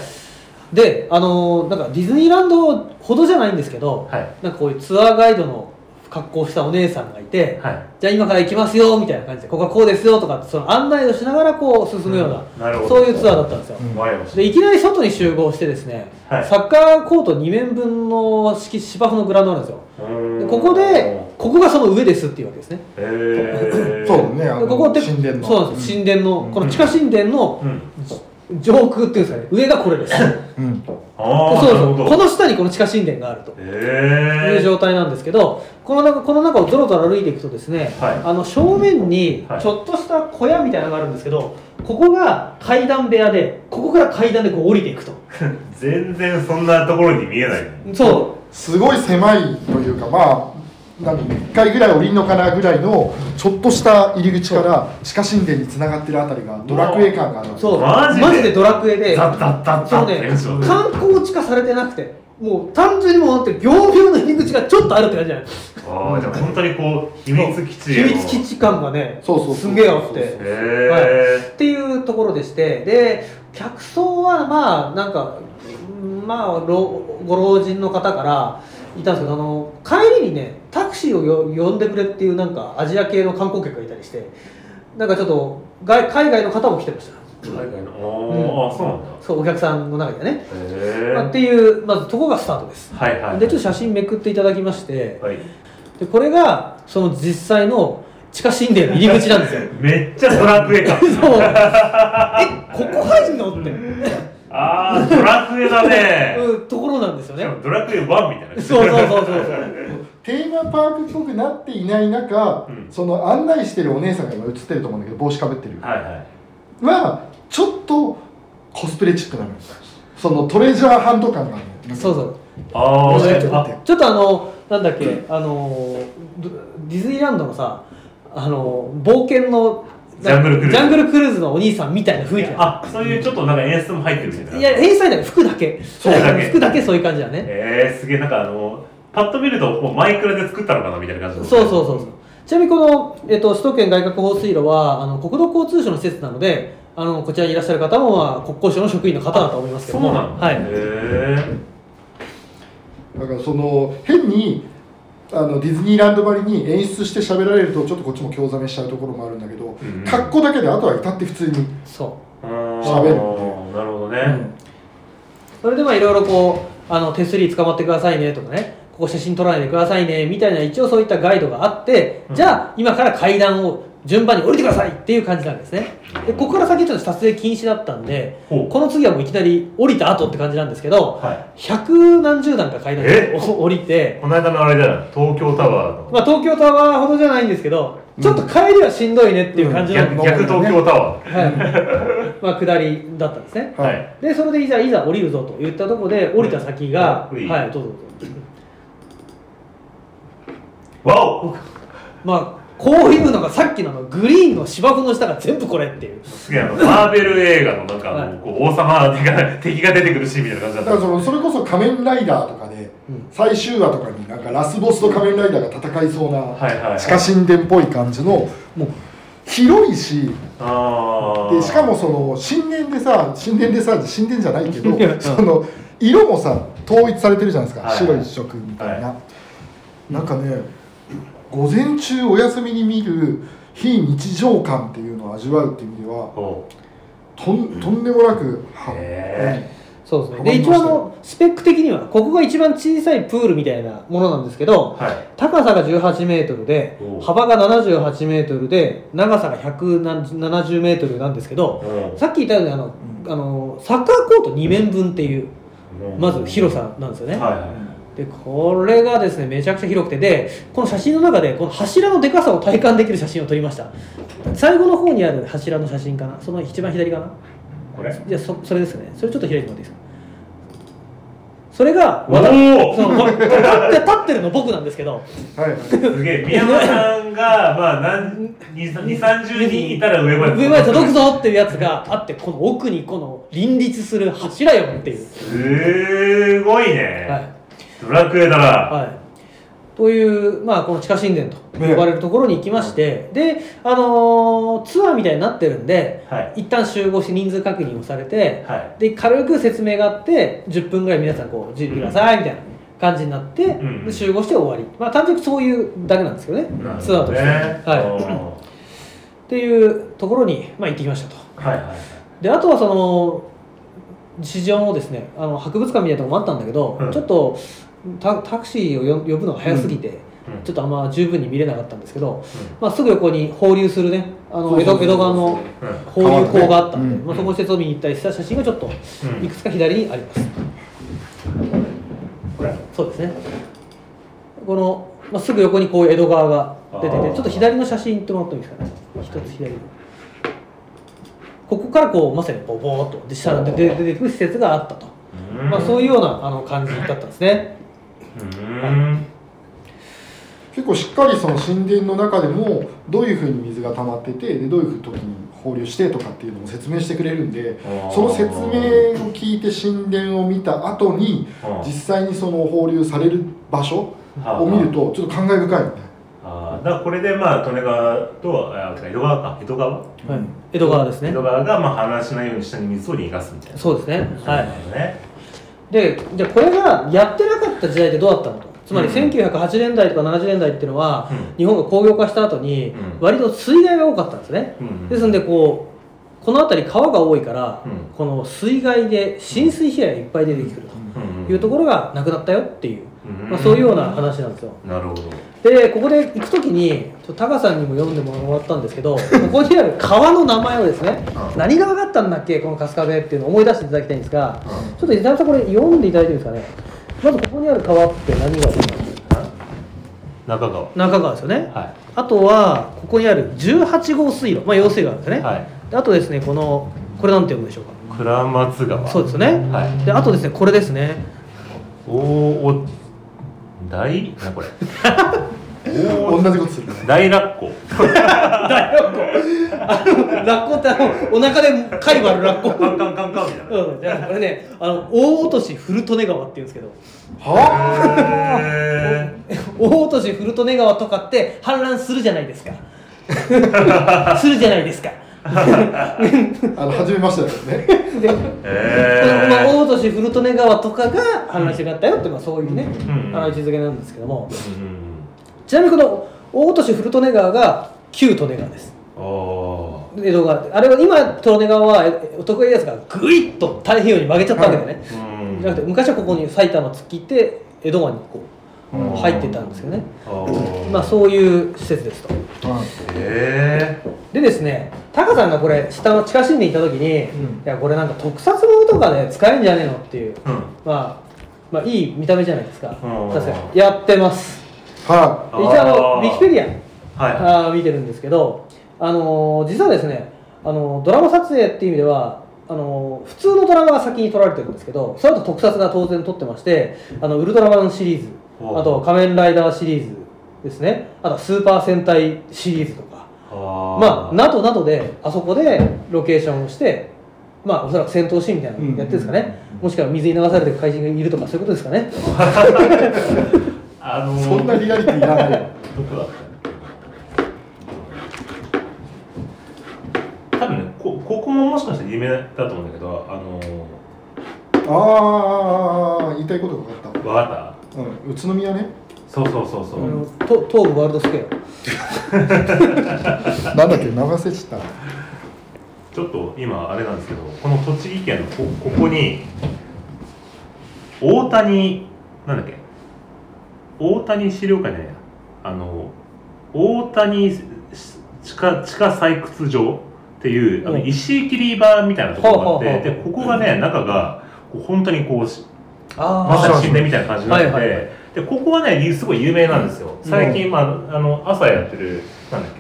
[SPEAKER 1] であのーなんかディズニーランドほどじゃないんですけど、
[SPEAKER 3] はい
[SPEAKER 1] なんかこういうツアーガイドの格好をしたお姉さんがいて、
[SPEAKER 3] はい
[SPEAKER 1] じゃあ今から行きますよみたいな感じでここはこうですよとかってその案内をしながらこう進むような,、
[SPEAKER 3] うんなるほど
[SPEAKER 1] そういうツアーだったんですよ、
[SPEAKER 2] うん
[SPEAKER 3] わかりました
[SPEAKER 1] でいきなり外に集合してですね、
[SPEAKER 3] はい
[SPEAKER 1] サッカーコート2面分の敷芝生のグラウンドなんですよ
[SPEAKER 3] うー
[SPEAKER 1] で
[SPEAKER 3] ん
[SPEAKER 1] ここでここがその上ですっていうわけですね
[SPEAKER 3] へー
[SPEAKER 2] そうねあ
[SPEAKER 1] で
[SPEAKER 2] の
[SPEAKER 1] ここって
[SPEAKER 2] 神殿の
[SPEAKER 1] そうなんですよ神殿の、
[SPEAKER 2] うん
[SPEAKER 1] この地下神殿の
[SPEAKER 3] うん
[SPEAKER 1] 上空っていうんですかね上がこれですそう
[SPEAKER 2] うん
[SPEAKER 3] ああ
[SPEAKER 1] そう
[SPEAKER 3] なるほど
[SPEAKER 1] この下にこの地下神殿があるという
[SPEAKER 3] へえ
[SPEAKER 1] 状態なんですけど、この中この中をぞろぞろ歩いていくとですね、
[SPEAKER 3] はい
[SPEAKER 1] あの正面に
[SPEAKER 3] はい
[SPEAKER 1] ちょっとした小屋みたいなのがあるんですけど、ここが階段部屋で、ここから階段でこう降りていくと、
[SPEAKER 3] 全然そんなところに見えない
[SPEAKER 1] そ
[SPEAKER 2] すごい狭いというかまあ何1回ぐらい降りんのかなぐらいのちょっとした入り口から地下神殿に繋がってるあたりがドラクエ感がある
[SPEAKER 1] う、そう、
[SPEAKER 3] マジで
[SPEAKER 1] ドラクエで、
[SPEAKER 3] ザッザッザッザ
[SPEAKER 1] そ
[SPEAKER 3] ッ
[SPEAKER 1] う
[SPEAKER 3] って
[SPEAKER 1] ね
[SPEAKER 3] やつを、
[SPEAKER 1] 観光地化されてなくて、もう単純にもうだって、行業の入り口がちょっとあるって感じじゃない
[SPEAKER 3] ああじゃあ本当にこう秘密基地への
[SPEAKER 1] 秘密基地感がね、
[SPEAKER 2] そうそうそう
[SPEAKER 1] すげえあって。
[SPEAKER 2] そうそう
[SPEAKER 3] へえ
[SPEAKER 1] っていうところでしてで客層はまあなんかうんまあ老ご老人の方からいたんですけどあの帰りにねタクシーをよ呼んでくれっていうなんかアジア系の観光客がいたりしてなんかちょっと外海外の方も来てました
[SPEAKER 3] 海外のおーあそうなんだ
[SPEAKER 1] そうお客さんの中でね、
[SPEAKER 3] へ
[SPEAKER 1] まあっていうまずとこがスタートです
[SPEAKER 3] えはいはい
[SPEAKER 1] でちょっと写真めくっていただきまして
[SPEAKER 3] はい
[SPEAKER 1] でこれがその実際の地下神殿の入り口なんで すよ
[SPEAKER 3] めっちゃドラクエか
[SPEAKER 1] そうえここ入んのって
[SPEAKER 3] ああドラクエだね
[SPEAKER 1] うんところなんですよ
[SPEAKER 3] し
[SPEAKER 1] ね
[SPEAKER 3] かもドラクエ1みたいな
[SPEAKER 1] そうそうそうそうそう。
[SPEAKER 2] テーマパークっぽくなっていない中、
[SPEAKER 3] うん
[SPEAKER 2] その案内してるお姉さんが今映ってると思うんだけど帽子かぶってる、
[SPEAKER 3] はいはい
[SPEAKER 2] はちょっとコスプレチックなのよそのトレジャーハンド感があるの
[SPEAKER 1] そううそう。
[SPEAKER 3] あ
[SPEAKER 2] ちょっと
[SPEAKER 3] ー
[SPEAKER 2] 待っ
[SPEAKER 3] あ
[SPEAKER 2] て
[SPEAKER 1] ちょっとあのなんだっけあのどディズニーランドのさあの冒険の
[SPEAKER 3] ジャングルクルーズ
[SPEAKER 1] ジャングルクルーズのお兄さんみたいな雰囲気なの
[SPEAKER 3] あそういうちょっとなんか演出も入ってるみたいない
[SPEAKER 1] や返済だよ服だけ
[SPEAKER 3] そうだけ
[SPEAKER 1] 服だけそういう感じだね
[SPEAKER 3] えー、すげえなんかあのパッと見るともうマイクラで作ったのかなみたいな感じ
[SPEAKER 1] そ
[SPEAKER 3] の
[SPEAKER 1] うそうそうそうちなみにこの、えっと、首都圏外郭放水路はあの国土交通省の施設なのであのこちらにいらっしゃる方も、まあ、国交省の職員の方だと思いますけ
[SPEAKER 3] そ
[SPEAKER 1] ど
[SPEAKER 3] う
[SPEAKER 1] も
[SPEAKER 3] なんだ
[SPEAKER 1] は
[SPEAKER 3] へ
[SPEAKER 1] い、
[SPEAKER 3] え
[SPEAKER 2] だからその変にあのディズニーランドばりに演出して喋られるとちょっとこっちも興ざめしちゃうところもあるんだけど、
[SPEAKER 3] ん
[SPEAKER 2] 格好だけであとは至って普通に、
[SPEAKER 1] そう
[SPEAKER 3] 喋
[SPEAKER 2] 喋る
[SPEAKER 3] なるほどね、
[SPEAKER 1] それでまあいろいろこうあの手すり捕まってくださいねとかねここ写真撮らないでくださいねみたいな一応そういったガイドがあって、
[SPEAKER 3] うん
[SPEAKER 1] じゃあ今から階段を順番に降りてくださいっていう感じなんですねでここから先ちょっと撮影禁止だったんで
[SPEAKER 3] ほう
[SPEAKER 1] この次はもういきなり降りた後って感じなんですけど
[SPEAKER 3] は
[SPEAKER 1] 百何十段か階段
[SPEAKER 3] え
[SPEAKER 1] を降り
[SPEAKER 3] い
[SPEAKER 1] て、
[SPEAKER 3] この間のあれだよ東京タワーの、
[SPEAKER 1] まあ、東京タワーほどじゃないんですけどちょっと帰りはしんどいねっていう感じなんで
[SPEAKER 3] 逆
[SPEAKER 1] す、
[SPEAKER 3] 逆東京タワー、
[SPEAKER 1] はいまあ、下りだったんですね
[SPEAKER 2] は
[SPEAKER 3] はいい
[SPEAKER 1] でそれでいざいざ降りるぞと言ったところで降りた先が、
[SPEAKER 3] うん
[SPEAKER 1] はいどうぞどうぞ
[SPEAKER 3] わお
[SPEAKER 1] まあこういうのがさっきのあのグリーンの芝生の下が全部これっていう
[SPEAKER 3] すげえあのマーベル映画のなんか、
[SPEAKER 1] はい
[SPEAKER 3] もうこう王様が敵が出てくるシーンみたいな感じ
[SPEAKER 2] だ
[SPEAKER 3] だ
[SPEAKER 2] か
[SPEAKER 3] っ
[SPEAKER 2] らそのそれこそ仮面ライダーとかで、
[SPEAKER 1] うん
[SPEAKER 2] 最終話とかになんかラスボスと仮面ライダーが戦いそうな、
[SPEAKER 3] たはいはい、はい、
[SPEAKER 2] 地下神殿っぽい感じのもう広いし
[SPEAKER 3] あー
[SPEAKER 2] でしかもその神殿でさ神殿でさ神殿じゃないけ
[SPEAKER 1] いや
[SPEAKER 2] どその色もさ統一されてるじゃないですか、
[SPEAKER 3] はい
[SPEAKER 2] 白一色みたいな、
[SPEAKER 3] は
[SPEAKER 2] なんかね午前中お休みに見る非日常感っていうのを味わうっていう意味では
[SPEAKER 3] ほ
[SPEAKER 2] とんとんでもなく、は
[SPEAKER 3] へ
[SPEAKER 1] そうですね
[SPEAKER 2] わ
[SPEAKER 1] で
[SPEAKER 2] かり
[SPEAKER 1] 一
[SPEAKER 2] ま
[SPEAKER 1] 応あのス
[SPEAKER 2] した
[SPEAKER 1] ペック的にはここが一番小さいプールみたいなものなんですけ
[SPEAKER 3] う
[SPEAKER 1] ど
[SPEAKER 3] はい
[SPEAKER 1] 高さが1 8ルで
[SPEAKER 3] おう
[SPEAKER 1] 幅が7 8ルで長さが1 7 0ルなんですけど
[SPEAKER 3] う
[SPEAKER 1] さっき言ったようにあのあのサッカーコート2面分っていうまず広
[SPEAKER 3] さ
[SPEAKER 1] さなんですよ
[SPEAKER 3] ね
[SPEAKER 1] ね、
[SPEAKER 3] はいはい
[SPEAKER 1] でこれがですねめちゃくちゃ広くてでこの写真の中でこの柱のでかさを体感できる写真を撮りました最後の方にある柱の写真かなその一番左かな
[SPEAKER 3] これ
[SPEAKER 1] じゃあそそれですねそれちょっと開いてもらっていいですかそれがわた
[SPEAKER 3] おお
[SPEAKER 1] その立って立ってるの僕なんですけど
[SPEAKER 2] はいはい
[SPEAKER 3] すげえ宮本さんがまあ何二二三十人いたら上まで
[SPEAKER 1] 上まで届くぞっていうやつがあってこの奥にこの林立する柱よっていう
[SPEAKER 3] すごいね、
[SPEAKER 1] はい
[SPEAKER 3] ドラクエだな、
[SPEAKER 1] はい、という、まあ、この地下神殿と
[SPEAKER 2] ね
[SPEAKER 1] 呼ばれるところに行きまして、で、あのーツアーみたいになってるんで、
[SPEAKER 3] はい
[SPEAKER 1] 一旦集合して人数確認をされて、
[SPEAKER 3] は
[SPEAKER 1] で軽く説明があって10分ぐらい皆さんこう準備くださいみたいな感じになって、
[SPEAKER 3] ん
[SPEAKER 1] で集合して終わり、まあ、単純にそういうだけなんですけどね、
[SPEAKER 3] なるほ
[SPEAKER 1] ツアー
[SPEAKER 3] ど
[SPEAKER 1] と
[SPEAKER 3] ね
[SPEAKER 1] して。はい、
[SPEAKER 3] おー
[SPEAKER 1] っていうところに、まあ、行ってきましたと。
[SPEAKER 3] はいはいはい
[SPEAKER 1] であとはその市場のですねあの博物館みたいなとこもあったんだけど、
[SPEAKER 3] うん
[SPEAKER 1] ちょっとタタクシーを呼呼ぶのが早すぎて、
[SPEAKER 3] うん
[SPEAKER 1] ちょっとあんま十分に見れなかったんですけど、まあ、すぐ横に放流するねあ
[SPEAKER 2] そ
[SPEAKER 1] の
[SPEAKER 2] う
[SPEAKER 1] 江
[SPEAKER 2] そう
[SPEAKER 1] 戸
[SPEAKER 2] そう
[SPEAKER 1] 江戸川の
[SPEAKER 3] うんうん
[SPEAKER 1] 放流口があったんで、
[SPEAKER 2] うん
[SPEAKER 1] まあ、そこ施設を見に行ったりした写真がちょっと
[SPEAKER 3] うん
[SPEAKER 1] いくつか左にあります、
[SPEAKER 3] これ
[SPEAKER 1] そうですねこの、まあ、すぐ横にこういう江戸川が出て
[SPEAKER 3] あ
[SPEAKER 1] て
[SPEAKER 3] ー
[SPEAKER 1] ちょっと左の写真ってもらってもいいですかね一つ左ここからこうまさにこうボーっとで下に出て出てくる施設があったと、
[SPEAKER 3] うん
[SPEAKER 1] まあ、そういうようなあの感じだったんですね
[SPEAKER 3] うん
[SPEAKER 2] 結構しっかりその神殿の中でもどういうふうに水が溜まっててでどういう時に放流してとかっていうのも説明してくれるんで
[SPEAKER 3] あー
[SPEAKER 2] その説明を聞いて神殿を見た後に
[SPEAKER 3] あー
[SPEAKER 2] 実際にその放流される場所
[SPEAKER 3] あー
[SPEAKER 2] を見るとちょっと感慨深いみたい
[SPEAKER 3] あーだからこれでまあ利根川とあ江戸川か江戸川、
[SPEAKER 1] はい、江戸川です
[SPEAKER 3] 江
[SPEAKER 1] ね
[SPEAKER 3] 戸川がまあ氾濫しないように下に水を逃がすみたいな
[SPEAKER 1] そうですねは
[SPEAKER 3] ないるほどね
[SPEAKER 1] でじゃあこれがやってなかった時代ってどうだったのとつまり
[SPEAKER 3] うん
[SPEAKER 1] 1908年代とか70年代っていうのは、
[SPEAKER 3] うん
[SPEAKER 1] 日本が工業化した後に
[SPEAKER 3] うん
[SPEAKER 1] 割と水害が多かったんですね、
[SPEAKER 3] うんうん
[SPEAKER 1] ですんでこうこの辺り川が多いから、
[SPEAKER 3] うん
[SPEAKER 1] この水害で浸水被害がいっぱい出てくる
[SPEAKER 3] うん
[SPEAKER 1] というところがなくなったよっていう、
[SPEAKER 3] うん
[SPEAKER 1] まあ、そういうような話なんですよ
[SPEAKER 3] なるほど
[SPEAKER 1] でここで行く時にちょっとタカさんにも読んでもらったんですけどここにある川の名前をですね
[SPEAKER 3] うん
[SPEAKER 1] 何が分かったんだっけこの春日部っていうのを思い出していただきたいんですがちょっと伊沢さんこれ読んでいただいていいですかねまずここにある川って何があるか
[SPEAKER 3] 中川
[SPEAKER 1] 中川ですよね、
[SPEAKER 3] は
[SPEAKER 1] あとはここにある18号水路まあ用水路なんですよね、
[SPEAKER 3] はい
[SPEAKER 1] であとですねこのこれなんて読むでしょうか
[SPEAKER 3] 倉松川
[SPEAKER 1] そうですよね、
[SPEAKER 3] はい
[SPEAKER 1] であとですねこれですね
[SPEAKER 3] おお大なこれ
[SPEAKER 2] な同じことする
[SPEAKER 3] 大落
[SPEAKER 1] ラッコってあのお腹で貝割るラッ
[SPEAKER 3] 庫カン
[SPEAKER 1] コ
[SPEAKER 3] カンカンカンみたいな
[SPEAKER 1] うん、じゃあこれねあの大落とし古利根川っていうんですけど
[SPEAKER 2] は
[SPEAKER 3] へー
[SPEAKER 1] 大落とし古利根川とかって氾濫するじゃないです かするじゃないですか
[SPEAKER 2] ああの初めましてだよね
[SPEAKER 1] でまあ、
[SPEAKER 3] へ
[SPEAKER 1] 大落とし古利根川とかが氾濫してなったよって、まあ、そういうね、
[SPEAKER 3] んうん
[SPEAKER 1] あの位置づけなんですけども
[SPEAKER 3] ーうん
[SPEAKER 1] ちなみにこの大落とし古利根川が旧利根川です
[SPEAKER 3] お
[SPEAKER 1] 江戸川ってあれは今利根川はえ徳川家康がぐいっと太平洋に曲げちゃったわけでね、
[SPEAKER 3] ーうん
[SPEAKER 1] じゃなくて昔はここに埼玉突きって江戸川にこ
[SPEAKER 3] うん
[SPEAKER 1] う入ってたんですけどね、
[SPEAKER 3] おー
[SPEAKER 1] まあ、そういう施設ですと
[SPEAKER 3] へえ
[SPEAKER 1] でですねタカさんがこれ下の地下神殿にいた時に、
[SPEAKER 2] うん
[SPEAKER 1] いやこれなんか特撮ものとかで使えんじゃねえのっていう、
[SPEAKER 3] うん
[SPEAKER 1] まあまあいい見た目じゃないですか、
[SPEAKER 3] ん
[SPEAKER 1] 確かにやってます
[SPEAKER 2] は
[SPEAKER 1] 一応あの
[SPEAKER 3] あー
[SPEAKER 1] ウィキペディ
[SPEAKER 3] は
[SPEAKER 1] アあー見てるんですけど、あのー実はですね、あのードラマ撮影っていう意味ではあのー普通のドラマが先に撮られてるんですけどその後特撮が当然撮ってましてあのウルトラマンシリーズ
[SPEAKER 3] お
[SPEAKER 1] あと仮面ライダーシリーズですねあとはスーパー戦隊シリーズとか
[SPEAKER 3] いあ
[SPEAKER 1] まあ
[SPEAKER 3] な
[SPEAKER 1] などなどであそこでロケーションをしてまあおそらく戦闘シーンみたいなのやってるんですかね、もしくは水に流されてる怪人がいるとかそういうことですかね
[SPEAKER 3] あの
[SPEAKER 2] い
[SPEAKER 3] ー
[SPEAKER 2] そんなリアリティいらないよ
[SPEAKER 3] どこだった多分ねこここももしかしたら有名だと思うんだけどあのー、
[SPEAKER 2] ああ言いたいことが分かっ、
[SPEAKER 3] わかった
[SPEAKER 2] うん、宇都宮ね
[SPEAKER 3] たそうそうそうそう、
[SPEAKER 1] あのと東部ワールドスケール
[SPEAKER 2] なんだっけ長瀬下
[SPEAKER 3] ちょっと今あれなんですけどこの栃木県のこここに大谷なんだっけ大谷資料館じゃないやあの大谷し地下地下採掘場っていうあの
[SPEAKER 1] うん
[SPEAKER 3] 石切り場みたいなところがあっ
[SPEAKER 1] ほうほ
[SPEAKER 3] て
[SPEAKER 1] うほう
[SPEAKER 3] でここがね中がこう本当にこうしま
[SPEAKER 1] あ
[SPEAKER 3] さに神殿みたいな感じになってて、
[SPEAKER 1] はいはいは
[SPEAKER 3] でここはねすごい有名なんですよ最近、まあ、あの朝やってるなんだっ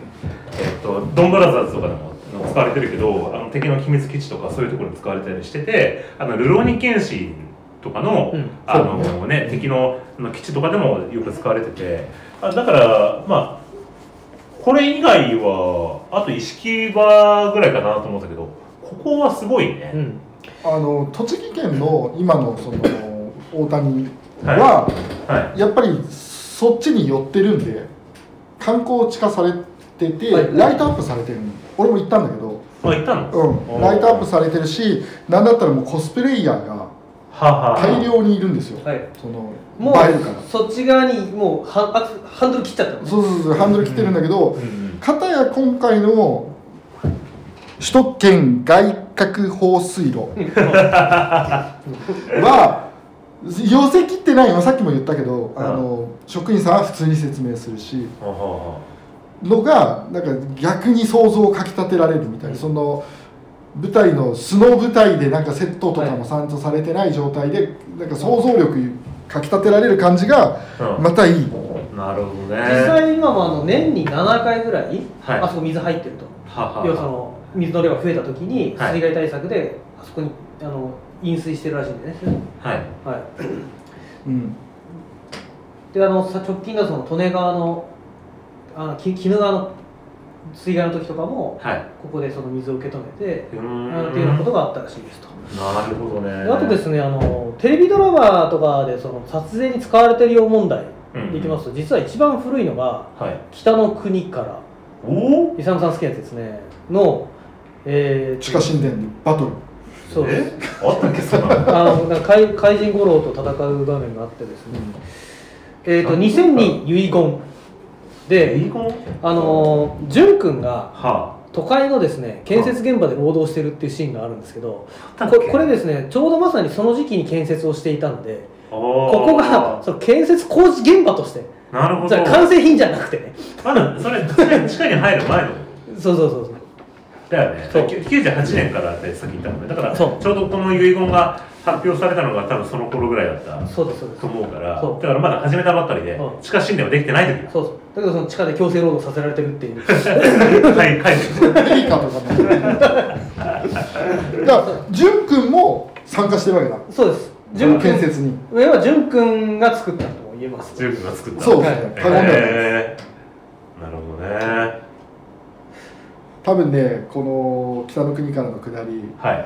[SPEAKER 3] け、えっとドンブラザーズとかでも使われてるけどあの敵の秘密基地とかそういうところに使われたりしててあのルローニケンシンとかの,、
[SPEAKER 1] うん
[SPEAKER 3] あのね、敵のあの基地とかでもよく使われててあだからまあこれ以外はあと石木場ぐらいかなと思ったけどここはすごいね、
[SPEAKER 1] うん
[SPEAKER 2] あの栃木県の今のその大谷は、
[SPEAKER 3] はい
[SPEAKER 2] やっぱりそっちに寄ってるんで観光地化されてて、
[SPEAKER 1] はい
[SPEAKER 2] ライトアップされてるの俺も行ったんだけど、
[SPEAKER 3] あ行ったの
[SPEAKER 2] う
[SPEAKER 3] お
[SPEAKER 2] ん、
[SPEAKER 3] ー
[SPEAKER 2] ライトアップされてるしなんだったらもうコスプレイヤーが
[SPEAKER 3] はあはあ
[SPEAKER 2] 大量にいるんですよ、
[SPEAKER 1] はい
[SPEAKER 2] その
[SPEAKER 1] も
[SPEAKER 2] 映えるから
[SPEAKER 1] うそっち側にもうハンアクハンドル切っちゃったの
[SPEAKER 2] そうそうそうハンドル切ってるんだけど、
[SPEAKER 3] うんうん
[SPEAKER 2] かたや今回の首都圏外郭放水 路は寄せ切ってないのさっきも言ったけどあの職員さんは普通に説明するし
[SPEAKER 3] はあは
[SPEAKER 2] のがなんか逆に想像をかきたてられるみたいなその舞台の素の舞台でなんかセットとかも参照されてない状態でなんか想像力かきたてられる感じが
[SPEAKER 3] あはあ
[SPEAKER 2] またいい。
[SPEAKER 3] うんなるほどね
[SPEAKER 1] 実際今もあの年に7回ぐらい、
[SPEAKER 3] はい
[SPEAKER 1] あそこ水入ってると
[SPEAKER 3] はあはあ
[SPEAKER 1] 要はその水の量が増えた時に
[SPEAKER 3] はい
[SPEAKER 1] 水害対策であそこにあの飲水してるらしいんでね、
[SPEAKER 3] はい
[SPEAKER 1] はい、
[SPEAKER 2] うん
[SPEAKER 1] であのさ直近のその利根川のあのき鬼怒川の水害の時とかも
[SPEAKER 3] はい
[SPEAKER 1] ここでその水を受け止めて
[SPEAKER 3] うー
[SPEAKER 1] あ
[SPEAKER 3] ん
[SPEAKER 1] のっていうようなことがあったらしいですと。
[SPEAKER 3] なるほどね
[SPEAKER 1] であとですねあのテレビドラマとかでその撮影に使われてるよう問題
[SPEAKER 3] うん
[SPEAKER 1] でいきますと、実は一番古いのが
[SPEAKER 3] はい
[SPEAKER 1] 「北の国から
[SPEAKER 3] おお」
[SPEAKER 1] 勇さん好きなやつですねの、えー
[SPEAKER 2] 地下神殿でバトル
[SPEAKER 1] そうです
[SPEAKER 3] えあったっけそんなの
[SPEAKER 1] あのなんか怪怪人五郎と戦う場面があってですね、えー、と2002遺言で、
[SPEAKER 3] コン
[SPEAKER 1] あのー淳君が
[SPEAKER 3] は
[SPEAKER 1] 都会のですね建設現場で労働してるっていうシーンがあるんですけど
[SPEAKER 3] あ
[SPEAKER 1] ここれですねちょうどまさにその時期に建設をしていたので
[SPEAKER 3] こ
[SPEAKER 1] ここがその建設工事現場として
[SPEAKER 3] なるほ
[SPEAKER 1] じゃ
[SPEAKER 3] ど
[SPEAKER 1] あ完成品じゃなくてね
[SPEAKER 3] まだそれ地下地下に入る前の
[SPEAKER 1] そうそうそうそう
[SPEAKER 3] だよね
[SPEAKER 1] そう
[SPEAKER 3] 98年からってさっき言ったもんねだからち
[SPEAKER 1] そ
[SPEAKER 3] ょ
[SPEAKER 1] う
[SPEAKER 3] うどこの遺言が発表されたのが多分その頃ぐらいだった
[SPEAKER 1] そうですそうです
[SPEAKER 3] と思うからだ
[SPEAKER 1] そう
[SPEAKER 3] からまだ始めたばっかりで
[SPEAKER 1] うん
[SPEAKER 3] 地下神殿はできてない時だ
[SPEAKER 1] そうそうだけどその地下で強制労働させられてる っていう
[SPEAKER 3] はいはい
[SPEAKER 2] メリカとかも。だから、淳君も参加してるわけだ。
[SPEAKER 1] そうです
[SPEAKER 2] 純
[SPEAKER 1] 淳
[SPEAKER 2] 建
[SPEAKER 1] 君
[SPEAKER 2] 設に。
[SPEAKER 1] 上は淳君が作ったとも言えます
[SPEAKER 3] ジュークが作った
[SPEAKER 2] そ
[SPEAKER 1] で
[SPEAKER 2] うですす
[SPEAKER 1] ね
[SPEAKER 2] ね。
[SPEAKER 1] 過言で
[SPEAKER 3] へーなるほどね
[SPEAKER 2] 多分ね、この北の国からの下り、
[SPEAKER 3] はい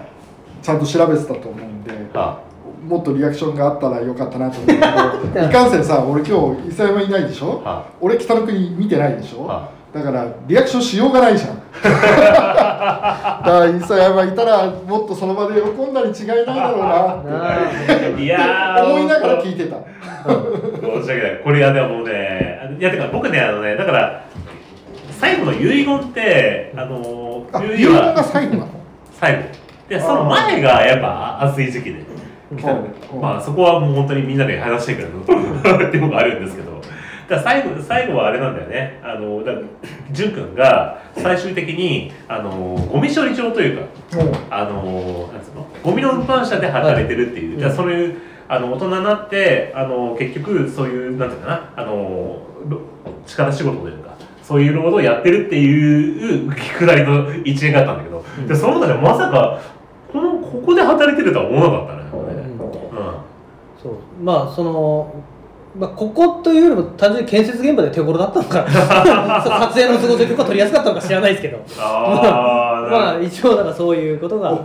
[SPEAKER 2] ちゃんと調べてたと思うんで。
[SPEAKER 3] あ
[SPEAKER 2] もっとリアクションがあったらよかったなと思うんだ けどいかんせんさ俺今日伊勢山いないでしょ
[SPEAKER 3] は
[SPEAKER 2] 俺北の国見てないでしょ
[SPEAKER 3] は
[SPEAKER 2] だからリアクションしようがないじゃんだから伊勢山いたらもっとその場で喜んだに違いないだろうなって
[SPEAKER 1] なあ
[SPEAKER 3] いや ー
[SPEAKER 2] 思いながら聞いてた
[SPEAKER 3] 申し訳ないこれいやでもねあのいやてか僕ねあのねだから最後の遺言ってあの
[SPEAKER 2] あ、
[SPEAKER 3] 遺
[SPEAKER 2] 遺
[SPEAKER 3] 言
[SPEAKER 2] 言
[SPEAKER 3] は
[SPEAKER 2] が最後なの
[SPEAKER 3] 最後でその前がやっぱ暑い時期で来たので
[SPEAKER 2] うん
[SPEAKER 3] まあそこはもう本当にみんなで話してくれるっていうのがあるんですけどだから最後最後はあれなんだよねあのだから淳君が最終的にあのゴミ処理場というか
[SPEAKER 2] もう
[SPEAKER 3] あのなんつうのゴミの運搬車で働いてるっていう、じゃあそういうあの大人になってあの結局そういうなんていうかなあのろ力仕事というかそういう労働をやってるっていうくだりの一年があったんだけど、
[SPEAKER 1] うん
[SPEAKER 3] でその中でまさかこのここで働いてるとは思わなかったね。
[SPEAKER 1] うん
[SPEAKER 3] これね
[SPEAKER 1] そうまあその、まあ、ここというよりも単純に建設現場で手頃だったのか そう撮影の都合で許可取りやすかったのか知らないですけど
[SPEAKER 3] うん、あー
[SPEAKER 1] ま
[SPEAKER 3] な
[SPEAKER 1] あ
[SPEAKER 3] る
[SPEAKER 1] 一応なんかそういうことが
[SPEAKER 2] お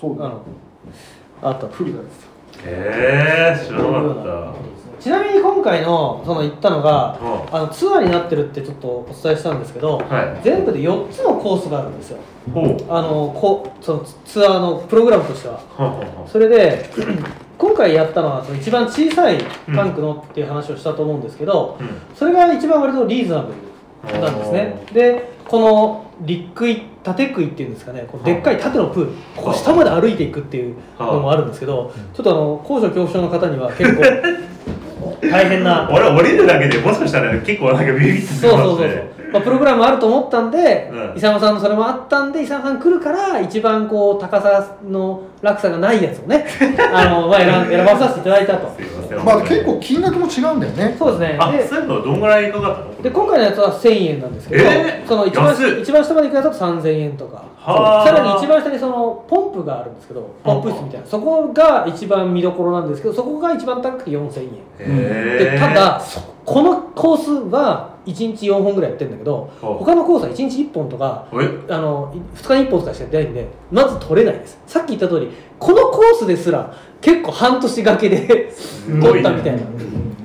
[SPEAKER 2] そう
[SPEAKER 1] あ
[SPEAKER 2] だ
[SPEAKER 1] のあったと
[SPEAKER 2] 古田です
[SPEAKER 3] へえ知らなかっ
[SPEAKER 1] ちなみに今回のその行ったのが
[SPEAKER 3] た。うん
[SPEAKER 1] あのツアーになってるってちょっとお伝えしたんですけど
[SPEAKER 3] はい。
[SPEAKER 1] 全部で4つのコースがあるんですよ
[SPEAKER 3] ほう。
[SPEAKER 1] あのこそのツアーのプログラムとしては
[SPEAKER 3] はんはんはん
[SPEAKER 1] それで 今回やったのはその一番小さいタンクのっていう話をしたと思うんですけど、
[SPEAKER 3] うん
[SPEAKER 1] それが一番割とリーズナブルなんですねでこの陸い縦杭っていうんですかねこうでっかい縦のプールここ下まで歩いていくっていうのもあるんですけどちょっとあの高所恐怖症の方には 結構大変な
[SPEAKER 3] 俺降りるだけでもしかしたら結構なんかビビって
[SPEAKER 1] そうそうそうそうまあ、プログラムあると思ったんで、
[SPEAKER 3] うん
[SPEAKER 1] 伊佐野さんのそれもあったんで伊佐野さん来るから一番こう高さの落差がないやつを ねあの、まあ、選ん選ばさせていただいたと
[SPEAKER 3] すいません
[SPEAKER 2] まあ結構金額も違うんだよね
[SPEAKER 1] そうですね
[SPEAKER 3] あ
[SPEAKER 1] で
[SPEAKER 3] そういうのはどんぐらいかかったの
[SPEAKER 1] で今回のやつは1000円なんですけど、
[SPEAKER 3] えー
[SPEAKER 1] その一番
[SPEAKER 3] 安い
[SPEAKER 1] 一番下まで行くやつだと3000円とか
[SPEAKER 3] はあ
[SPEAKER 1] さらに一番下にそのポンプがあるんですけどポンプ室みたいなそこが一番見どころなんですけどそこが一番高くて4000円
[SPEAKER 3] へ
[SPEAKER 1] で
[SPEAKER 3] え
[SPEAKER 1] ただそこのコースは1日4本ぐらいやってるんだけど
[SPEAKER 3] ほう
[SPEAKER 1] 他のコースは1日1本とか
[SPEAKER 3] え
[SPEAKER 1] あの2日に1本とかしか出ないんでまず取れないですさっき言った通りこのコースですら結構半年がけで
[SPEAKER 3] すご
[SPEAKER 1] 取
[SPEAKER 3] い
[SPEAKER 1] ったみたい
[SPEAKER 3] ね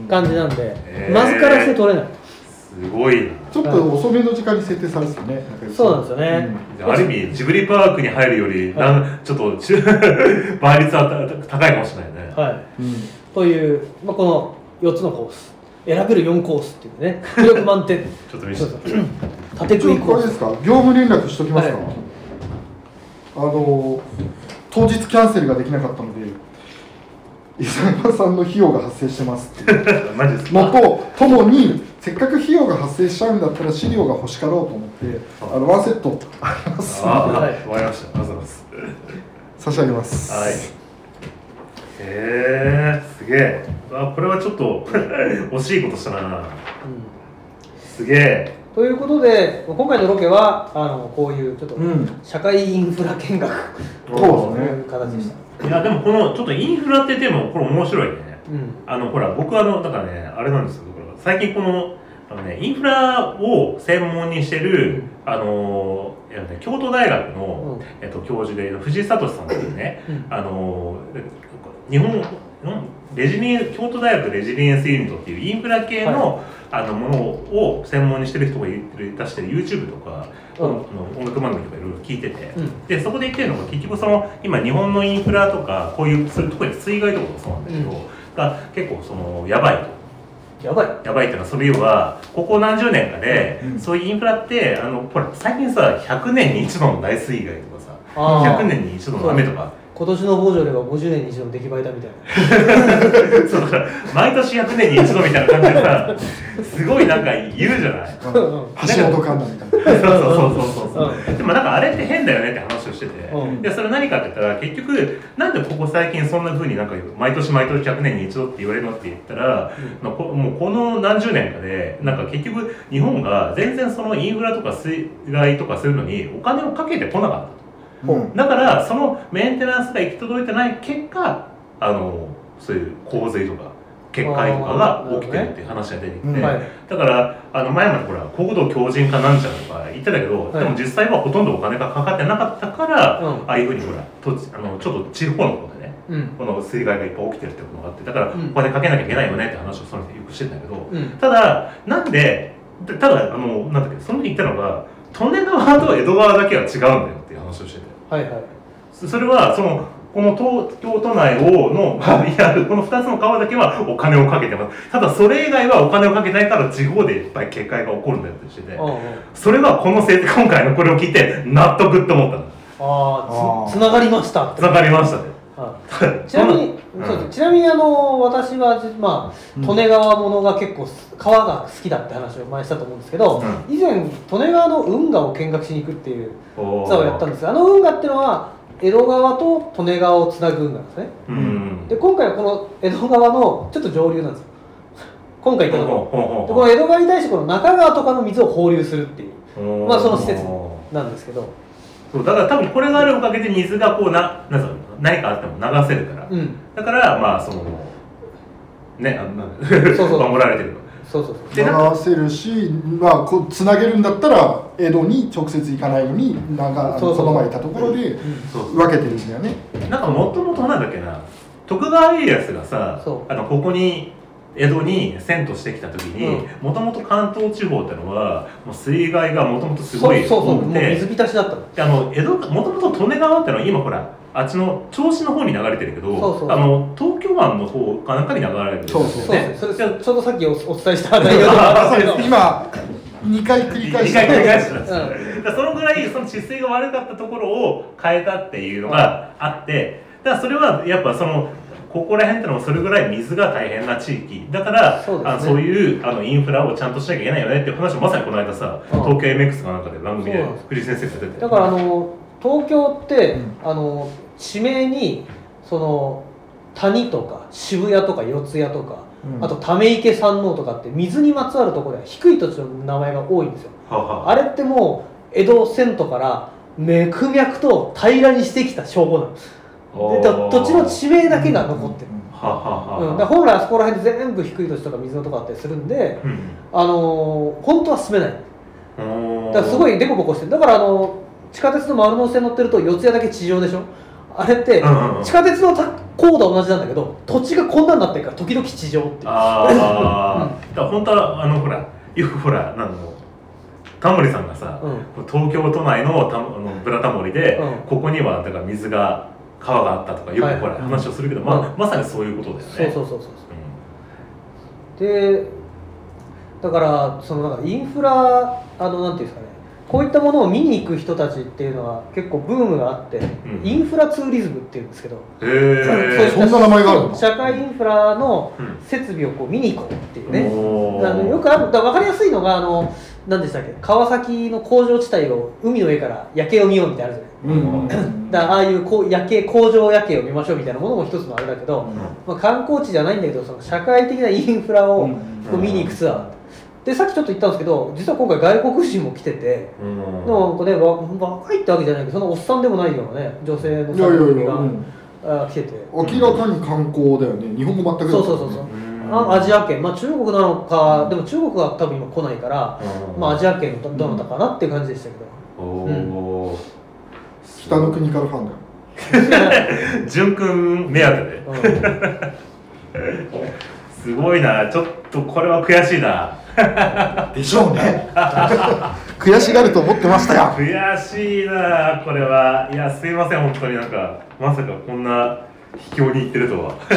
[SPEAKER 1] な感じなんで、
[SPEAKER 3] へー
[SPEAKER 1] まずからして取れない
[SPEAKER 3] すごいな
[SPEAKER 2] ちょっと遅めの時間に設定されてたね
[SPEAKER 1] そうなんですよね、
[SPEAKER 3] ある意味ジブリパークに入るよりなん、ちょっと ち倍率はた高いかもしれないね、
[SPEAKER 1] はい
[SPEAKER 2] うんうん
[SPEAKER 1] という、まあ、この4つのコース選べる4コースっていうね魅力満点
[SPEAKER 3] ちょっと見せて
[SPEAKER 1] そう そう縦
[SPEAKER 2] ちょ
[SPEAKER 1] 食
[SPEAKER 2] っ
[SPEAKER 1] い
[SPEAKER 2] と
[SPEAKER 1] コ
[SPEAKER 2] こ
[SPEAKER 1] ー
[SPEAKER 2] れで
[SPEAKER 1] ス
[SPEAKER 2] すか業務連絡しときますか、
[SPEAKER 1] はい
[SPEAKER 2] あの当日キャンセルができなかったので伊沢さんの費用が発生してますっていう
[SPEAKER 3] マジですか
[SPEAKER 2] のとともにせっかく費用が発生しちゃうんだったら資料が欲しかろうと思ってあのワンセットあります
[SPEAKER 3] あ
[SPEAKER 1] は
[SPEAKER 3] はいい、わかりましたありがとうございます
[SPEAKER 2] 差し上げます
[SPEAKER 3] はいへえすげえあこれはちょっと 惜しいことしたな
[SPEAKER 1] うん
[SPEAKER 3] すげえ
[SPEAKER 1] ということで今回のロケはあのこういうちょっと
[SPEAKER 2] うん
[SPEAKER 1] 社会インフラ見学
[SPEAKER 2] そう
[SPEAKER 1] と
[SPEAKER 2] ですね
[SPEAKER 1] いう形でした、
[SPEAKER 3] いやでもこのちょっとインフラってテーマこれ面白いね
[SPEAKER 1] うん
[SPEAKER 3] あのほら僕あのだからねあれなんですよだから最近このあの、ね、インフラを専門にしてる、あのいやね、京都大学の、
[SPEAKER 1] うん
[SPEAKER 3] えっと、教授で藤井聡さんっていうね
[SPEAKER 1] うん
[SPEAKER 3] あの日本のレジリエン京都大学レジリエンスユニットっていうインフラ系の,、あのものを専門にしてる人がいるいたして YouTube とか、
[SPEAKER 1] うん
[SPEAKER 3] あの音楽番組とかいろいろ聞いてて、
[SPEAKER 1] うん
[SPEAKER 3] でそこで言ってるのが結局その今日本のインフラとかこういうそれ特に水害とかもそうなんだけど、
[SPEAKER 1] うん
[SPEAKER 3] が結構そのやばいと。
[SPEAKER 1] やばい
[SPEAKER 3] やばいっていうのはそれ要はここ何十年かで、
[SPEAKER 2] うん
[SPEAKER 3] そういうインフラってあのほら最近さ100年に一度の大水害とかさ
[SPEAKER 1] あー
[SPEAKER 3] 100年に一度の雨とか
[SPEAKER 1] 今年の防除では50年に一度の出来栄えだみたい
[SPEAKER 3] そうだから毎年100年に一度みたいな感じでさすごいなんか言うじゃない
[SPEAKER 2] あ
[SPEAKER 1] な、う
[SPEAKER 2] の
[SPEAKER 1] ん
[SPEAKER 2] 橋本環奈みたいな
[SPEAKER 3] そうそうそうそうそううでもなんかあれって変だよねって話をしてて、
[SPEAKER 1] うん
[SPEAKER 3] でそれ何かって言ったら結局なんでここ最近そんな風になんか毎年毎年100年に一度って言われるのって言ったら、まあこもうこの何十年かでなんか結局日本が全然そのインフラとか水害とかするのにお金をかけてこなかった
[SPEAKER 2] うん
[SPEAKER 3] だからそのメンテナンスが行き届いてない結果あのそういう洪水とか決壊とかが起きてるっていう話が出てきて、
[SPEAKER 2] あーなるほどね
[SPEAKER 1] んはい
[SPEAKER 3] だからあの前までほら国土強靭化なんちゃらとか言ってたけど、
[SPEAKER 1] はい
[SPEAKER 3] でも実際はほとんどお金がかかってなかったから、
[SPEAKER 1] うん
[SPEAKER 3] ああいうふうにほらとあのちょっと地方のことでね
[SPEAKER 1] うん
[SPEAKER 3] この水害がいっぱい起きてるってことがあってだから
[SPEAKER 1] うん
[SPEAKER 3] お金かけなきゃいけないよねって話をその人よくしてたんだけど、
[SPEAKER 1] うん
[SPEAKER 3] ただなんででただあのなんだっけその時言ったのが利根川と江戸川だけは違うんだよっていう話をしてて。
[SPEAKER 1] はいはい
[SPEAKER 3] そそれはそのこの東京都内をのいやこの2つの川だけはお金をかけてますただそれ以外はお金をかけないから地方でいっぱい決壊が起こるんだよってしてて
[SPEAKER 1] うんうん
[SPEAKER 3] それはこのせい今回のこれを聞いて納得って思った
[SPEAKER 1] あ
[SPEAKER 3] の
[SPEAKER 2] あ
[SPEAKER 1] あ
[SPEAKER 2] ー
[SPEAKER 1] つながりましたって
[SPEAKER 3] つながりましたね
[SPEAKER 1] はい ちなみに、
[SPEAKER 3] うん
[SPEAKER 1] そうですちなみにあの私は、まあ、
[SPEAKER 2] うん
[SPEAKER 1] 利根川ものが結構す川が好きだって話を前にしたと思うんですけど、
[SPEAKER 3] う
[SPEAKER 1] 以前利根川の運河を見学しに行くっていう
[SPEAKER 3] おー
[SPEAKER 1] ツアーをやったんですあの運河っていうのは江戸川と利根川をつなぐ運河なんですね
[SPEAKER 3] うん
[SPEAKER 1] で今回はこの江戸川のちょっと上流なんですよ今回行ったところでこ
[SPEAKER 3] こ
[SPEAKER 1] の江戸川に対してこの中川とかの水を放流するっていう
[SPEAKER 3] の
[SPEAKER 1] まあその施設なんですけど
[SPEAKER 3] そうだから多分これがあるおかげで水がこうななんつうの何かあっても流せるから、
[SPEAKER 1] うん
[SPEAKER 3] だからまあそのねあの なんか
[SPEAKER 1] そうそう
[SPEAKER 3] 守られてる
[SPEAKER 1] そうそうそう
[SPEAKER 3] でなん
[SPEAKER 2] 流せるし、まあ、こうつなげるんだったら江戸に直接行かないようになんかあ
[SPEAKER 1] そう
[SPEAKER 2] の
[SPEAKER 1] そ
[SPEAKER 2] そうの前いたところで
[SPEAKER 3] そうそう
[SPEAKER 2] 分けてるんだよね
[SPEAKER 3] なんかもともとなんだっけな徳川家康がさ
[SPEAKER 1] そう
[SPEAKER 3] あのここに江戸に遷都してきた時にもともと関東地方ってのはもう水害がもともとすごい
[SPEAKER 1] そうそうそう
[SPEAKER 3] 多く
[SPEAKER 1] もう水
[SPEAKER 3] て
[SPEAKER 1] 浸しだったの
[SPEAKER 3] であの江戸もともと利根川ってのは今ほらあっちの銚子の方に流れてるけど
[SPEAKER 1] そうそう
[SPEAKER 3] あの東京湾の方かなんかに流れてる
[SPEAKER 2] そうそう
[SPEAKER 1] そう
[SPEAKER 3] ね
[SPEAKER 1] ですね、そ
[SPEAKER 3] じゃ
[SPEAKER 1] れ
[SPEAKER 3] あ
[SPEAKER 1] ちょうどさっきおお伝えした内容ではあるん ですけど
[SPEAKER 2] 今2回繰り返し
[SPEAKER 3] 回
[SPEAKER 2] た
[SPEAKER 3] 繰り返したんですよ、
[SPEAKER 1] う
[SPEAKER 3] だからそのぐらいその治水が悪かったところを変えたっていうのがあってだからそれはやっぱそのここら辺ってのもそれぐらい水が大変な地域だから
[SPEAKER 1] そうですね
[SPEAKER 3] あそういうあのインフラをちゃんとしなきゃいけないよねっていう話をまさにこの間さ
[SPEAKER 1] うん
[SPEAKER 3] 東京 MX かなんかで番組
[SPEAKER 1] そ
[SPEAKER 3] で
[SPEAKER 1] うなんです
[SPEAKER 3] 藤井先生が出てて
[SPEAKER 1] だからあの東京って、
[SPEAKER 2] うん
[SPEAKER 1] あの地名にその谷とか渋谷とか四谷とか、
[SPEAKER 2] うん
[SPEAKER 1] あとため池山王とかって水にまつわるところでは低い土地の名前が多いんですよ
[SPEAKER 3] はあはあ
[SPEAKER 1] あれってもう江戸遷都から脈々と平らにしてきた証拠なんですでだ土地の地名だけが残ってる、
[SPEAKER 3] はあはあ
[SPEAKER 1] うん
[SPEAKER 3] はあ
[SPEAKER 1] だから本来あそこら辺全部低い土地とか水のとこあったりするんで、
[SPEAKER 3] うん
[SPEAKER 1] あのー本当は住めない
[SPEAKER 3] うん
[SPEAKER 1] だからすごいデコボコしてるだからあの地下鉄の丸ノ内線乗ってると四谷だけ地上でしょあれって
[SPEAKER 3] うんうん
[SPEAKER 1] 地下鉄のた高度は同じなんだけど土地がこんなになってるから時々地上っていう
[SPEAKER 3] ああだから本当はあのほらよくほらなんのタモリさんがさ、
[SPEAKER 1] うん
[SPEAKER 3] 東京都内のたあのブラタモリで、
[SPEAKER 1] うん
[SPEAKER 3] ここにはだから水が川があったとかよ
[SPEAKER 1] は
[SPEAKER 3] く
[SPEAKER 1] い
[SPEAKER 3] ほら、話をするけど、ままさにそういうことだよね
[SPEAKER 1] そうそううそうそう
[SPEAKER 3] う
[SPEAKER 1] でだからそのなんかインフラあのなんていうんですかねこういったものを見に行く人たちっていうのは結構ブームがあって、
[SPEAKER 3] ん
[SPEAKER 1] インフラツーリズムっていうんですけど、
[SPEAKER 3] ん、へえ
[SPEAKER 2] そんな名前があるの
[SPEAKER 1] 社会インフラの
[SPEAKER 3] うん
[SPEAKER 1] 設備をこう見に行こうっていうね、
[SPEAKER 3] おー
[SPEAKER 1] あのよくあるだ分かりやすいのがあの何でしたっけ川崎の工場地帯を海の上から夜景を見ようみたいなのあるじゃ
[SPEAKER 2] う
[SPEAKER 1] な
[SPEAKER 2] ん
[SPEAKER 1] いだからああいうこう夜景工場夜景を見ましょうみたいなものも一つのあれだけど、
[SPEAKER 3] う
[SPEAKER 1] まあ、観光地じゃないんだけどその社会的なインフラを
[SPEAKER 2] うん
[SPEAKER 1] こう見に行くツアーでさっきちょっと言ったんですけど実は今回外国人も来てて。
[SPEAKER 3] ん
[SPEAKER 1] なんかね、わ若いってわけじゃないけどそのおっさんでもないようなね女性の
[SPEAKER 2] いやいや
[SPEAKER 1] 3
[SPEAKER 2] いや、
[SPEAKER 1] 人
[SPEAKER 2] う
[SPEAKER 1] が
[SPEAKER 2] ん
[SPEAKER 1] あ来てて
[SPEAKER 2] 明らかに観光だよね日本語全く
[SPEAKER 1] そうそうそうそうう
[SPEAKER 3] うん
[SPEAKER 1] あアジア圏、まあ、中国なのかでも中国は多分今来ないから、
[SPEAKER 3] うん
[SPEAKER 1] まあ、アジア圏のどなたかなっていう感じでしたけど、
[SPEAKER 3] おお、
[SPEAKER 2] 北の国からファンだよ
[SPEAKER 3] 純くん目当てで
[SPEAKER 1] うん
[SPEAKER 3] すごいなちょっとこれは悔しいな
[SPEAKER 2] でしょうね 悔しがると思ってましたよ
[SPEAKER 3] 悔しいなあこれはいやすいません本当になんかまさかこんな秘境に行ってるとは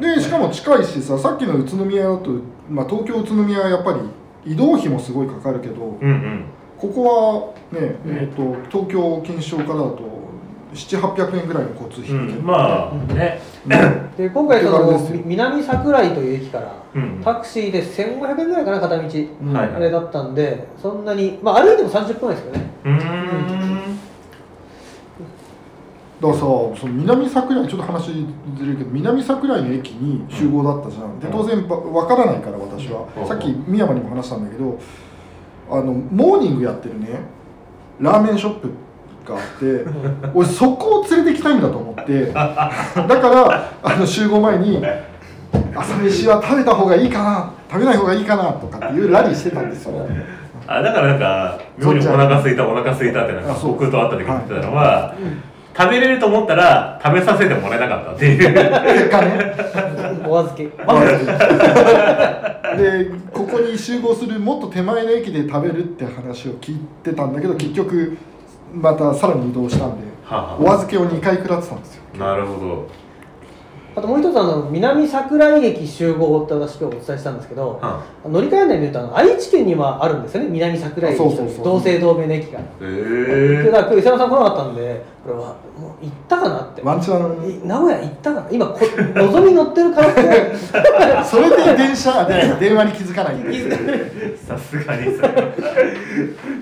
[SPEAKER 1] 今
[SPEAKER 2] でしかも近いしささっきの宇都宮だと、まあ、東京宇都宮はやっぱり移動費もすごいかかるけど
[SPEAKER 3] うんうん
[SPEAKER 2] ここはね、
[SPEAKER 1] うん
[SPEAKER 2] えー、と東京錦糸町からだと7800円ぐらいの交通費
[SPEAKER 3] う
[SPEAKER 2] だけ
[SPEAKER 3] ん
[SPEAKER 2] ど
[SPEAKER 3] まあね
[SPEAKER 1] 日で今回そ
[SPEAKER 2] 手軽
[SPEAKER 1] の
[SPEAKER 2] ですよ
[SPEAKER 1] み南桜井という駅から
[SPEAKER 3] うん
[SPEAKER 1] タクシーで1500円ぐらいかな片道
[SPEAKER 2] うん
[SPEAKER 3] はい
[SPEAKER 1] あれだったんでそんなに、まあ、歩いても30分ぐらいですけどね
[SPEAKER 3] うーん
[SPEAKER 2] だからさその南桜井ちょっと話ずれるけど南桜井の駅に集合だったじゃん、で
[SPEAKER 3] うん
[SPEAKER 2] 当然ばわからないから私は、
[SPEAKER 3] うん
[SPEAKER 2] さっき深山にも話したんだけどあのモーニングやってるねラーメンショップがあって俺そこを連れてきたいんだと思ってだからあの集合前に朝飯は食べた方がいいかな食べない方がいいかなとかっていうラリーしてたんですよ
[SPEAKER 3] あだからなんか妙にお腹空いたお腹空いたってなんか
[SPEAKER 2] あそう
[SPEAKER 3] 僕と会った時に言ってたのは食べれると思ったら食べさせてもらえなかったっ ていう
[SPEAKER 2] 結果ね
[SPEAKER 1] お預け
[SPEAKER 2] でここに集合するもっと手前の駅で食べるって話を聞いてたんだけど結局またさらに移動したんで
[SPEAKER 3] は
[SPEAKER 2] お預けを2回食らってたんですよ
[SPEAKER 3] あなるほ
[SPEAKER 1] あともう一つあの南桜井駅集合って私今日お伝えしたんですけど
[SPEAKER 3] どは
[SPEAKER 1] 乗り換えないで見るとあの愛知県にはあるんですよね南桜井駅と
[SPEAKER 2] そうそう
[SPEAKER 1] い
[SPEAKER 2] そうう
[SPEAKER 1] 同姓同名の駅が。
[SPEAKER 3] ええ
[SPEAKER 1] で
[SPEAKER 3] ー
[SPEAKER 1] だから今日伊沢さん来なかったんでこれはもう行ったかなって
[SPEAKER 2] ワンチャン
[SPEAKER 1] い名古屋行ったかな今このぞみ乗ってるからって
[SPEAKER 2] それで電車で電話に気づかないんで
[SPEAKER 3] さすがにそれは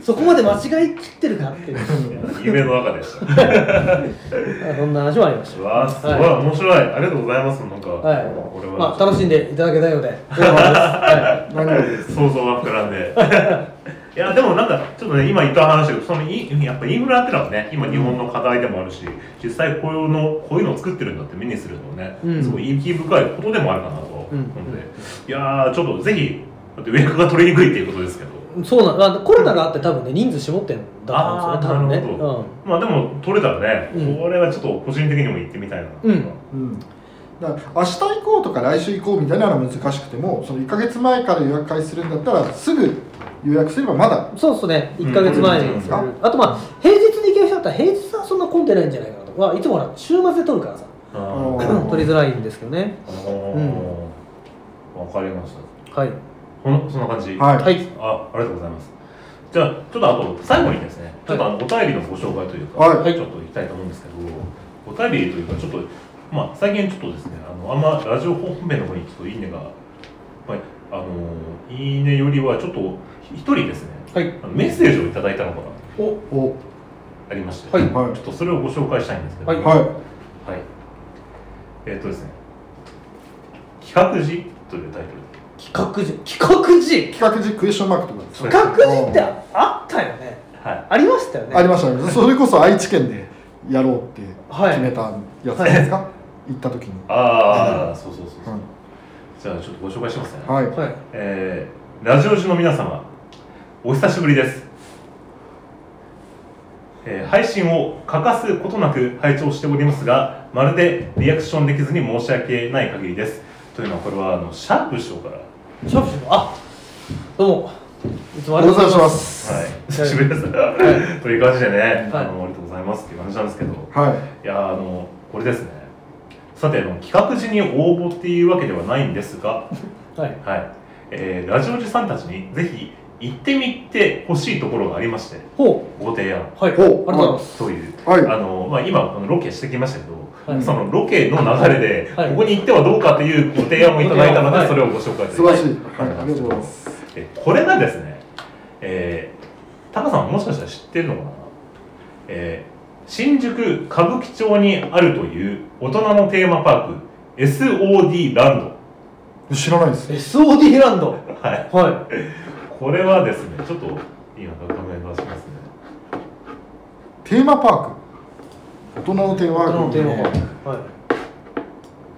[SPEAKER 1] そこまで間違い切ってるかっていう
[SPEAKER 3] 夢の中 でした
[SPEAKER 1] あそんな話もありまし
[SPEAKER 3] う
[SPEAKER 1] た
[SPEAKER 3] わあすごい、
[SPEAKER 1] は
[SPEAKER 3] 面白いありがとうございますなんか、
[SPEAKER 1] はい
[SPEAKER 3] 俺は、
[SPEAKER 1] まあ、楽しんでいただけたようで良かったですはい
[SPEAKER 2] 何より
[SPEAKER 3] 想像が膨らんでいやでもなんかちょっとね今言った話だけどそのインやっぱインフラってのはね今日本の課題でもあるし実際こういうのこういうのを作ってるんだって目にするのもね、
[SPEAKER 1] うん
[SPEAKER 3] すごい意義深いことでもあるかなと思って、
[SPEAKER 1] うん
[SPEAKER 3] いやーちょっとぜひだって予約が取りにくいっていうことですけど
[SPEAKER 1] そうなんまあコロナがあって多分ね人数絞ってんだったんですよね
[SPEAKER 3] あーなる
[SPEAKER 1] 多
[SPEAKER 3] ほ
[SPEAKER 1] 分ね
[SPEAKER 3] まあでも取れたらね、
[SPEAKER 1] うん
[SPEAKER 3] これはちょっと個人的にも行ってみたいな、
[SPEAKER 1] うん
[SPEAKER 2] うんだから明日行こうとか来週行こうみたいなのは難しくてもその1か月前から予約開始するんだったらすぐ予約すればまだ
[SPEAKER 1] そうですね1か月前に、
[SPEAKER 3] うん
[SPEAKER 2] あ
[SPEAKER 1] あとまあ平日に行ける人だったら平日はそんな混んでないんじゃないかなと、まあ、いつもほら週末で撮るからさ
[SPEAKER 3] あ
[SPEAKER 2] あ
[SPEAKER 3] ー
[SPEAKER 2] ー
[SPEAKER 1] 取りづらいんですけどね
[SPEAKER 3] あのーわかりました
[SPEAKER 1] はい
[SPEAKER 3] このそんな感じ
[SPEAKER 2] はい
[SPEAKER 1] はい
[SPEAKER 3] あありがとうございます。じゃあ、ちょっとあと、最後にですね、ちょっとあのお便りのご紹介というか、
[SPEAKER 2] はい
[SPEAKER 3] ちょっといきたいと思うんですけど、お便りというか、ちょっと、まあ、最近ちょっとですねあのあんまラジオ方面の方にちょっといいねが、まあ、あのいいねよりはちょっと一人ですね
[SPEAKER 1] はい
[SPEAKER 3] あのメッセージをいただいたのが
[SPEAKER 1] お
[SPEAKER 2] お
[SPEAKER 3] ありまして、
[SPEAKER 1] はい
[SPEAKER 2] はい
[SPEAKER 3] ちょっとそれをご紹介したいんですけど、
[SPEAKER 1] はい
[SPEAKER 2] は
[SPEAKER 3] はいえっ、とですね「企画時」というタイトルで
[SPEAKER 1] 企画時企画
[SPEAKER 2] い
[SPEAKER 1] 時
[SPEAKER 2] 企画時クエスチョンマークとかです
[SPEAKER 3] そう
[SPEAKER 1] 企画時ってあったよね
[SPEAKER 3] はい
[SPEAKER 1] ありましたよね
[SPEAKER 2] ありましたねそれこそ愛知県でやろうって
[SPEAKER 1] はい
[SPEAKER 2] 決めたやつですか、行った時に
[SPEAKER 3] ああそうそうそうそう、
[SPEAKER 2] うん
[SPEAKER 3] じゃあちょっとご紹介しますね、
[SPEAKER 2] はい
[SPEAKER 1] はい
[SPEAKER 3] えーラジオ中の皆様お久しぶりです、えー配信を欠かすことなく拝聴しておりますがまるでリアクションできずに申し訳ない限りですというのはこれはあのシャープ師匠から
[SPEAKER 1] シャープシャープあどうもいつも
[SPEAKER 2] お
[SPEAKER 1] ありがとうござ
[SPEAKER 2] 願いし
[SPEAKER 1] い
[SPEAKER 2] ま
[SPEAKER 1] ます
[SPEAKER 2] す
[SPEAKER 3] はい、久しぶりです。という感じでね、
[SPEAKER 1] はい
[SPEAKER 3] あのありがとうございますっていう感じなんですけど、い
[SPEAKER 2] はい
[SPEAKER 3] やあのこれですね。さてあの企画時に応募っていうわけではないんですが、
[SPEAKER 1] はい
[SPEAKER 3] はい、えーラジオ時さんたちにぜひ行ってみてほしいところがありまして、
[SPEAKER 1] ほ
[SPEAKER 3] ご提案
[SPEAKER 1] うはいあり
[SPEAKER 2] ほう
[SPEAKER 1] がとうございます
[SPEAKER 3] という、
[SPEAKER 2] はい
[SPEAKER 3] あのまあ今このロケしてきましたけど。
[SPEAKER 1] はい
[SPEAKER 3] そのロケの流れで、
[SPEAKER 1] はい
[SPEAKER 3] ここに行ってはどうかというご提案もいただいたので、
[SPEAKER 1] はい
[SPEAKER 3] それをご紹介
[SPEAKER 2] 素晴らしい、
[SPEAKER 3] は
[SPEAKER 2] はいい、ありがとうございます
[SPEAKER 3] えこれがですね、えー、タカさんもしかしたら知ってるのかな、えー新宿歌舞伎町にあるという大人のテーマパーク SOD ラン
[SPEAKER 2] 知らないです
[SPEAKER 1] SOD ランド
[SPEAKER 3] ドはい
[SPEAKER 1] はい
[SPEAKER 3] これはですねちょっと今画面出しますね
[SPEAKER 2] テーマパーク大人のテーマ
[SPEAKER 1] あの
[SPEAKER 2] パ
[SPEAKER 1] テーマ
[SPEAKER 2] ー
[SPEAKER 1] がはい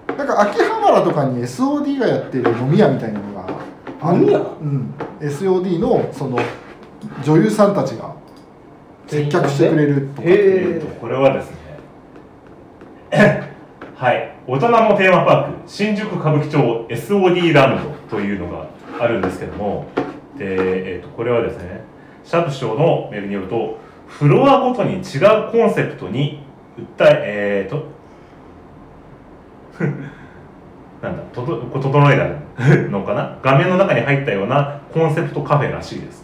[SPEAKER 2] クなんか秋葉原とかに SOD がやってる飲み屋みたいなのがある
[SPEAKER 1] 飲み屋
[SPEAKER 2] うん、SOD のその女優さんたちが接客してくれるとか
[SPEAKER 1] へ
[SPEAKER 3] えーとこれはですね はい大人のテーマパーク新宿歌舞伎町 SOD ランドというのがあるんですけどもで、えー、とこれはですねシャープ師匠のメールによるとフロアごとに違うコンセプトに訴ええー、と なんだとどこ整えたのかな画面の中に入ったようなコンセプトカフェらしいです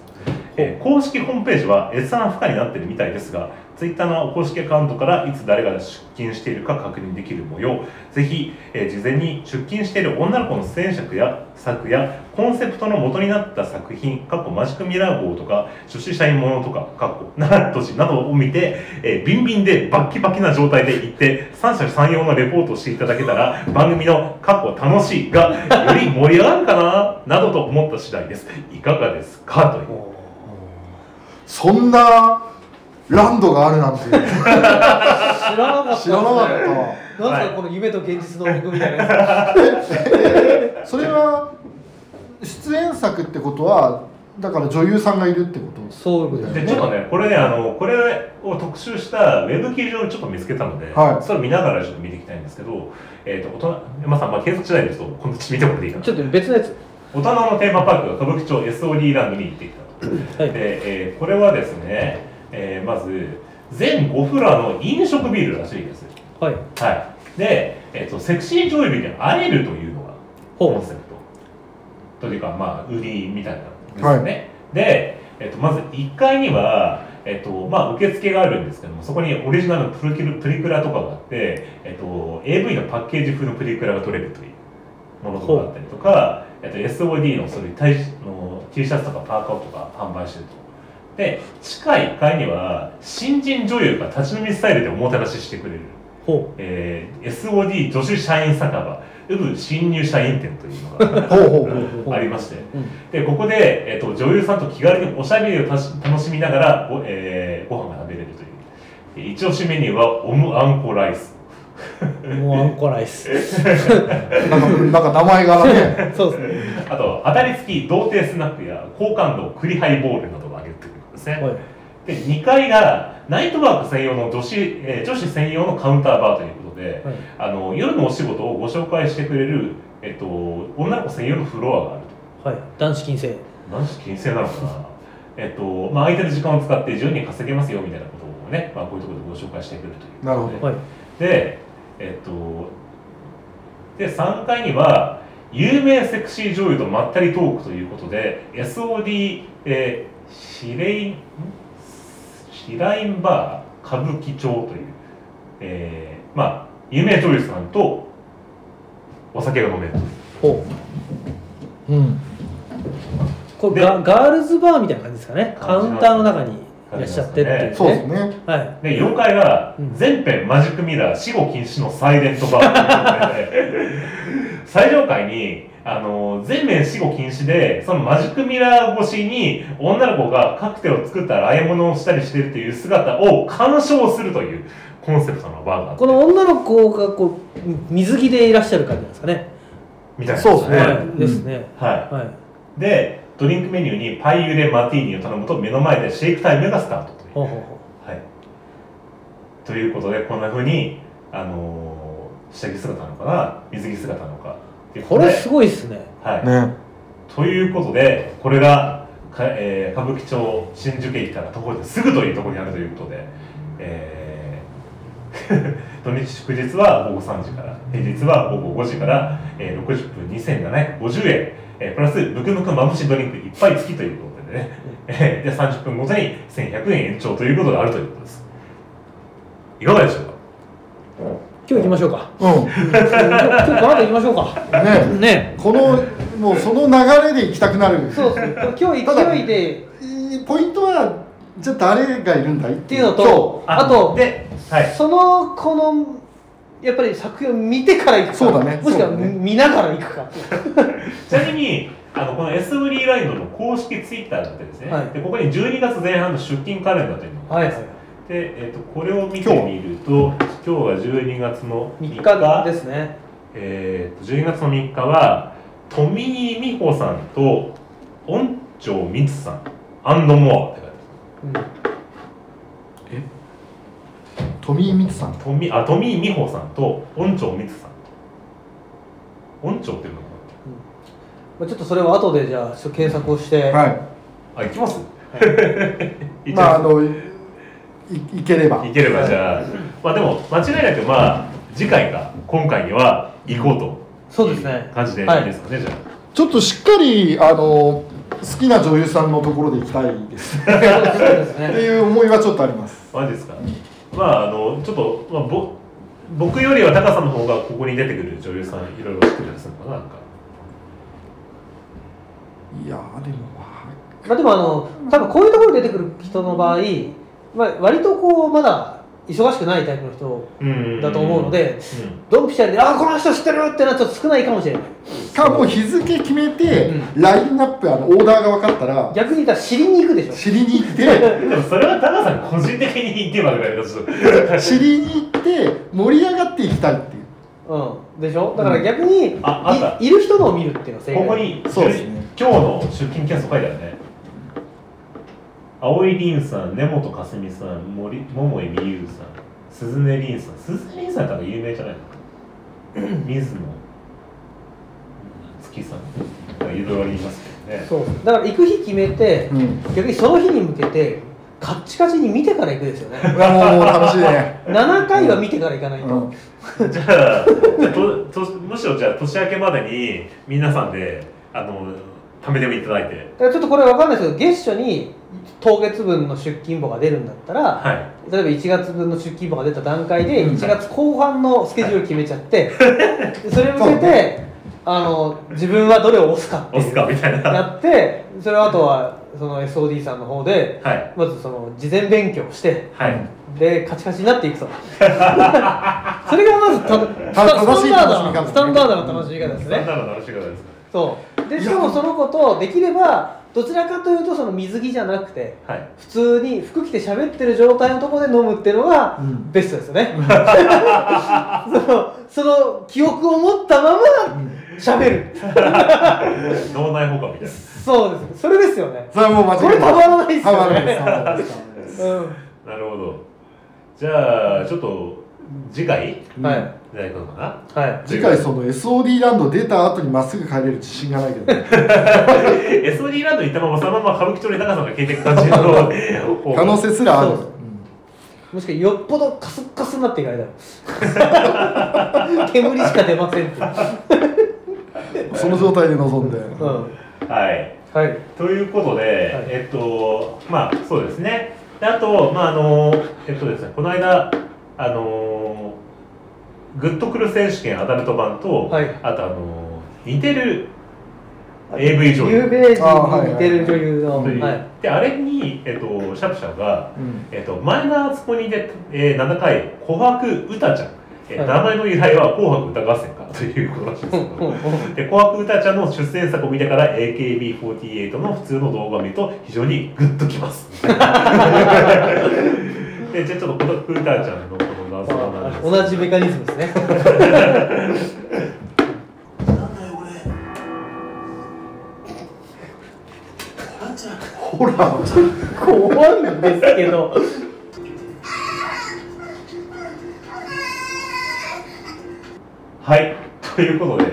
[SPEAKER 3] えー公式ホームページは閲覧不可になってるみたいですが、ツイッターの公式アカウントからいつ誰が出勤しているか確認できる模様、ぜひ、えー事前に出勤している女の子の出演作や作やコンセプトの元になった作品、過去マジックミラー号とか、出資社員ものとか、過去7都市などを見て、えービンビンでバッキバキな状態で行って、三者三様のレポートをしていただけたら、番組の過去楽しいがより盛り上がるかな、などと思った次第です。いかがですかという。
[SPEAKER 2] そんなランドがあるなんて
[SPEAKER 1] 知らなかった
[SPEAKER 2] 知らなかっ
[SPEAKER 1] なんす
[SPEAKER 3] はい
[SPEAKER 1] かこの夢と現実の僕みたいなや
[SPEAKER 2] たそれは出演作ってことはだから女優さんがいるってことで
[SPEAKER 1] つ
[SPEAKER 2] す
[SPEAKER 1] そういうことです
[SPEAKER 3] で
[SPEAKER 1] ね
[SPEAKER 3] ちょっとね、これね、あのこれを特集したウェブ記事をちょっと見つけたので、
[SPEAKER 2] はい
[SPEAKER 3] それを見ながらちょっと見ていきたいんですけど、えー、と大人まあさん、まあ、検索しないですと、このち見てもらっていいかな
[SPEAKER 1] ちょっと別のやつ
[SPEAKER 3] 大人のテーマパークが歌舞伎町 SOD ランドに行ってきたと。
[SPEAKER 1] はい
[SPEAKER 3] で、えーこれはですね、えーまず、全5フロアの飲食ビールらしいです。
[SPEAKER 1] はい
[SPEAKER 3] はい、で、えーと、セクシー女優に会えるというのがコンセプトというか、まあ、売りみたいなんですよね。で、えっと、まず1階には、えっとまあ、受付があるんですけどもそこにオリジナルのプリキュプリクラとかがあって、えっと、AV のパッケージ風のプリクラが取れるというものとかだったりとか、えっと、SOD のそういう対の T シャツとかパーカーとか販売してると。で地下1階には新人女優が立ち飲みスタイルでおもてなししてくれる
[SPEAKER 1] ほ
[SPEAKER 3] えー SOD 女子社員酒場ウブ新入社員店というのが
[SPEAKER 2] ほうほうほう
[SPEAKER 1] ほう
[SPEAKER 3] ありまして
[SPEAKER 1] う、うん、
[SPEAKER 3] でここで、えっと女優さんと気軽におしゃべりをたし楽しみながらご,、えーご飯が食べれるというで一押しメニューはオムあんこライス
[SPEAKER 1] もうアンコライス
[SPEAKER 2] なんかなんか名前がね
[SPEAKER 1] そうですね
[SPEAKER 3] あと当たり付き童貞スナックや好感度栗ハイボールなどが挙げてくるんですね、
[SPEAKER 1] はい
[SPEAKER 3] で2階がナイトワーク専用の女子,、えー女子専用のカウンターバーということで、
[SPEAKER 1] はい
[SPEAKER 3] あの夜のお仕事をご紹介してくれる、えっと、女の子専用のフロアがあると
[SPEAKER 1] はい男子禁制
[SPEAKER 3] 何時金制なのかな えっと、まあ、空いてる時間を使って自由に稼げますよみたいなことをね、まあ、こういうところでご紹介してくるということで
[SPEAKER 2] なるほど
[SPEAKER 1] はい
[SPEAKER 3] でえっとで3階には有名セクシー女優とまったりトークということで SOD、えーシレインんシラインバー歌舞伎町という、えーまあ夢鳥さんとお酒が飲める
[SPEAKER 1] ほ
[SPEAKER 2] うん
[SPEAKER 1] うこれガガールズバーみたいな感じですかねカウンターの中にいらっしゃってっていうね
[SPEAKER 2] そうですね
[SPEAKER 1] はい
[SPEAKER 3] で4階が全編マジックミラー死後禁止のサイレントバーっていう ことで最上階にあの全面死後禁止でそのマジックミラー越しに女の子がカクテルを作ったり和え物をしたりしてるという姿を鑑賞するというコンセプトのバーがあって
[SPEAKER 1] この女の子がこう水着でいらっしゃる感じなんですかね。
[SPEAKER 3] みたいな
[SPEAKER 2] そうですね
[SPEAKER 1] は
[SPEAKER 2] ん
[SPEAKER 1] い、ですね。
[SPEAKER 3] は
[SPEAKER 1] はい。
[SPEAKER 3] い、でドリンクメニューにパイユレマティーニを頼むと目の前でシェイクタイムがスタートという
[SPEAKER 1] ほうほうほ
[SPEAKER 3] はい、ということでこんなふうに、あのー下着姿なのかな水着姿なのかっていう
[SPEAKER 1] う
[SPEAKER 3] こ
[SPEAKER 1] ことれ
[SPEAKER 3] です
[SPEAKER 1] ごいですね。
[SPEAKER 3] はい
[SPEAKER 2] ね
[SPEAKER 3] ということでこれがか、えー歌舞伎町新宿駅から徒歩ですぐというところにあるということで、えー 土日祝日は午後3時から平日は午後5時から、えー60分2750円、えープラスブクブクまぶしドリンクいっぱい付きということでね、えーで30分ごとに1100円延長ということがあるということですいかがでしょうか
[SPEAKER 1] 今日行きましょうか。
[SPEAKER 2] うん
[SPEAKER 1] 今日今日ガード行きましょうか。
[SPEAKER 2] ね
[SPEAKER 1] ね。
[SPEAKER 2] このもうその流れで行きたくなる
[SPEAKER 1] そうですね。今日
[SPEAKER 2] ただ
[SPEAKER 1] 勢いで
[SPEAKER 2] ポイントはじゃあ誰がいるんだいっ
[SPEAKER 1] っていうのと、あと
[SPEAKER 3] で、はい、
[SPEAKER 1] そのこのやっぱり作品を見てから行くか。
[SPEAKER 2] そうだね
[SPEAKER 1] もしくは
[SPEAKER 2] そうだね
[SPEAKER 1] 見ながら行くか。
[SPEAKER 3] ちなみにあのこの SV ライドの公式ツイッターだってですね、
[SPEAKER 1] はい
[SPEAKER 3] でここに12月前半の出勤カレンダーというのがあ
[SPEAKER 1] は
[SPEAKER 3] り
[SPEAKER 1] い
[SPEAKER 3] ます、
[SPEAKER 1] はい。
[SPEAKER 3] で、えっとこれを見てみると今日は12月の
[SPEAKER 1] 3
[SPEAKER 3] 3
[SPEAKER 1] 日
[SPEAKER 3] 日
[SPEAKER 1] ですね。
[SPEAKER 3] えっと12月の3日は富井美穂さんと音長光さんアンドモアって書いて
[SPEAKER 1] うん
[SPEAKER 2] 富井光さん
[SPEAKER 3] ある富あ富井美穂さんと音長光さん音長っていうのか
[SPEAKER 1] まあちょっとそれは後でじゃあちょっと検索をして。
[SPEAKER 2] は
[SPEAKER 3] なあ行きます
[SPEAKER 2] い
[SPEAKER 3] 行っちゃい
[SPEAKER 2] まああのいいければ
[SPEAKER 3] いければじゃあ、まあでも間違いなくまあ次回か今回には行こうと
[SPEAKER 1] そうですね。
[SPEAKER 3] 感じでいい
[SPEAKER 1] はい
[SPEAKER 3] ですかね、じゃ
[SPEAKER 2] ちょっとしっかりあの好きな女優さんのところで行きたい ですね
[SPEAKER 1] そうです
[SPEAKER 2] って
[SPEAKER 1] ね。
[SPEAKER 2] いう思いはちょっとあります
[SPEAKER 3] あマジですかまああのちょっと、まあ、ぼ僕よりは高さんの方がここに出てくる女優さんいろいろ知ってたりするのかななんか
[SPEAKER 2] いやーでもま
[SPEAKER 1] まあ、でもあの多分こういうところに出てくる人の場合、まあ、割とこうまだ忙しくないタイプの人
[SPEAKER 3] うん
[SPEAKER 1] だと思うので
[SPEAKER 3] う
[SPEAKER 1] ドンピシャで「ああこの人知ってる!」ってなっちょっと少ないかもしれない
[SPEAKER 2] あかもう日付決めて、
[SPEAKER 1] う
[SPEAKER 2] ラインナップあのオーダーが分かったら
[SPEAKER 1] 逆に言ったら知りに行くでしょ
[SPEAKER 2] 知りに 行って
[SPEAKER 3] んでもそれは高さん個人的に言ってばぐらいだとちょっと
[SPEAKER 2] 知りに行って盛り上がっていきたいっていう
[SPEAKER 1] うん、でしょだから逆に、
[SPEAKER 3] ああった
[SPEAKER 1] いいる人のを見るっていうのが正解
[SPEAKER 3] ここに
[SPEAKER 2] そうですね
[SPEAKER 3] 今日の出勤件数書いてあるね青井凛さん根本かすみさん森桃井美優さん鈴音凛さん鈴音凛さんってなんか有名じゃない の水野月さんなんかいろいろありますけどね
[SPEAKER 1] そうだから行く日決めて、
[SPEAKER 2] うん
[SPEAKER 1] 逆にその日に向けてカッチカチに見てから行くですよ ね
[SPEAKER 2] うわもうもう楽しいね、
[SPEAKER 1] 7回は見てから行かないと、
[SPEAKER 2] うん、
[SPEAKER 3] じゃあじゃあととむしろじゃあ年明けまでに皆さんであの貯めてもいただいて
[SPEAKER 1] だからちょっとこれわかんないですけど月初に当月分の出勤簿が出るんだったら、
[SPEAKER 3] はい
[SPEAKER 1] 例えば1月分の出勤簿が出た段階で
[SPEAKER 2] うん
[SPEAKER 1] 1月後半のスケジュール決めちゃって、それに向けて、あの自分はどれを押すかって
[SPEAKER 3] オ
[SPEAKER 1] い
[SPEAKER 3] ス
[SPEAKER 1] う
[SPEAKER 3] カーみたいな
[SPEAKER 1] やってそれをあとはその SOD さんの方で
[SPEAKER 3] はい
[SPEAKER 1] まずその事前勉強をして
[SPEAKER 3] はい
[SPEAKER 1] でカチカチになっていくとそれがまずたスタ
[SPEAKER 2] 正しい
[SPEAKER 1] スタンダード
[SPEAKER 2] 楽しみ方
[SPEAKER 1] なスタンダードな楽しみ方です
[SPEAKER 3] なん
[SPEAKER 1] ね
[SPEAKER 3] なら楽しいことですか
[SPEAKER 1] そうで
[SPEAKER 2] い
[SPEAKER 1] し
[SPEAKER 2] や
[SPEAKER 1] かもその子とできればどちらかというとその水着じゃなくて
[SPEAKER 3] はい
[SPEAKER 1] 普通に服着て喋ってる状態のところで飲むっていうのが
[SPEAKER 2] うん
[SPEAKER 1] ベストですよね、 そのその記憶を持ったまま喋る、
[SPEAKER 3] 脳内保管みたいな
[SPEAKER 1] そうですそれですよね
[SPEAKER 2] それはもう間違い
[SPEAKER 1] これたまらないっすよね
[SPEAKER 2] たまらないですたまらないですたまらないです
[SPEAKER 1] うん
[SPEAKER 3] なるほど。じゃあ、ちょっと、次回
[SPEAKER 2] うん
[SPEAKER 1] はい
[SPEAKER 3] じゃあ行くのかな
[SPEAKER 1] はい
[SPEAKER 2] 次回その SOD ランド出た後にまっすぐ帰れる自信がないけど、ね、
[SPEAKER 3] ?SOD ランド行ったまま、そのまま歌舞伎町に高さんが消えていく感じの 方
[SPEAKER 2] 可能性すらある
[SPEAKER 1] そうもしかよっぽどカスッカスになっていかれたら 煙しか出ませんっていう、
[SPEAKER 2] うんその状態で臨んで、
[SPEAKER 1] うん、
[SPEAKER 3] はい。
[SPEAKER 1] はい
[SPEAKER 3] ということで、
[SPEAKER 1] い
[SPEAKER 3] えっと、まあ、そうですね。であと、まあ、あの、えっとですね、この間、あの、グッとくる選手権アダルト版と、
[SPEAKER 1] はい
[SPEAKER 3] あとあの似てる AV 女
[SPEAKER 1] 有
[SPEAKER 3] 優
[SPEAKER 1] 名人に似てる女優の、
[SPEAKER 3] という
[SPEAKER 1] はい、
[SPEAKER 3] であれに、えっと、シャプシャが、
[SPEAKER 2] うん
[SPEAKER 3] えっと、前田敦子にで、えー、7回「紅白歌ちゃん」えー
[SPEAKER 1] はい
[SPEAKER 3] 名前の由来は「紅白歌合戦」かということら しいんですけどで紅白歌ちゃんの出演作を見てから AKB48 の普通の動画を見ると非常にグッときます でじゃあちょっと紅白歌ちゃんのこの謎なんですけど
[SPEAKER 1] 同じメカニズムですね
[SPEAKER 4] なんだよこれあんちゃん
[SPEAKER 2] ほら
[SPEAKER 1] 怖いんですけど
[SPEAKER 3] はい、ということで、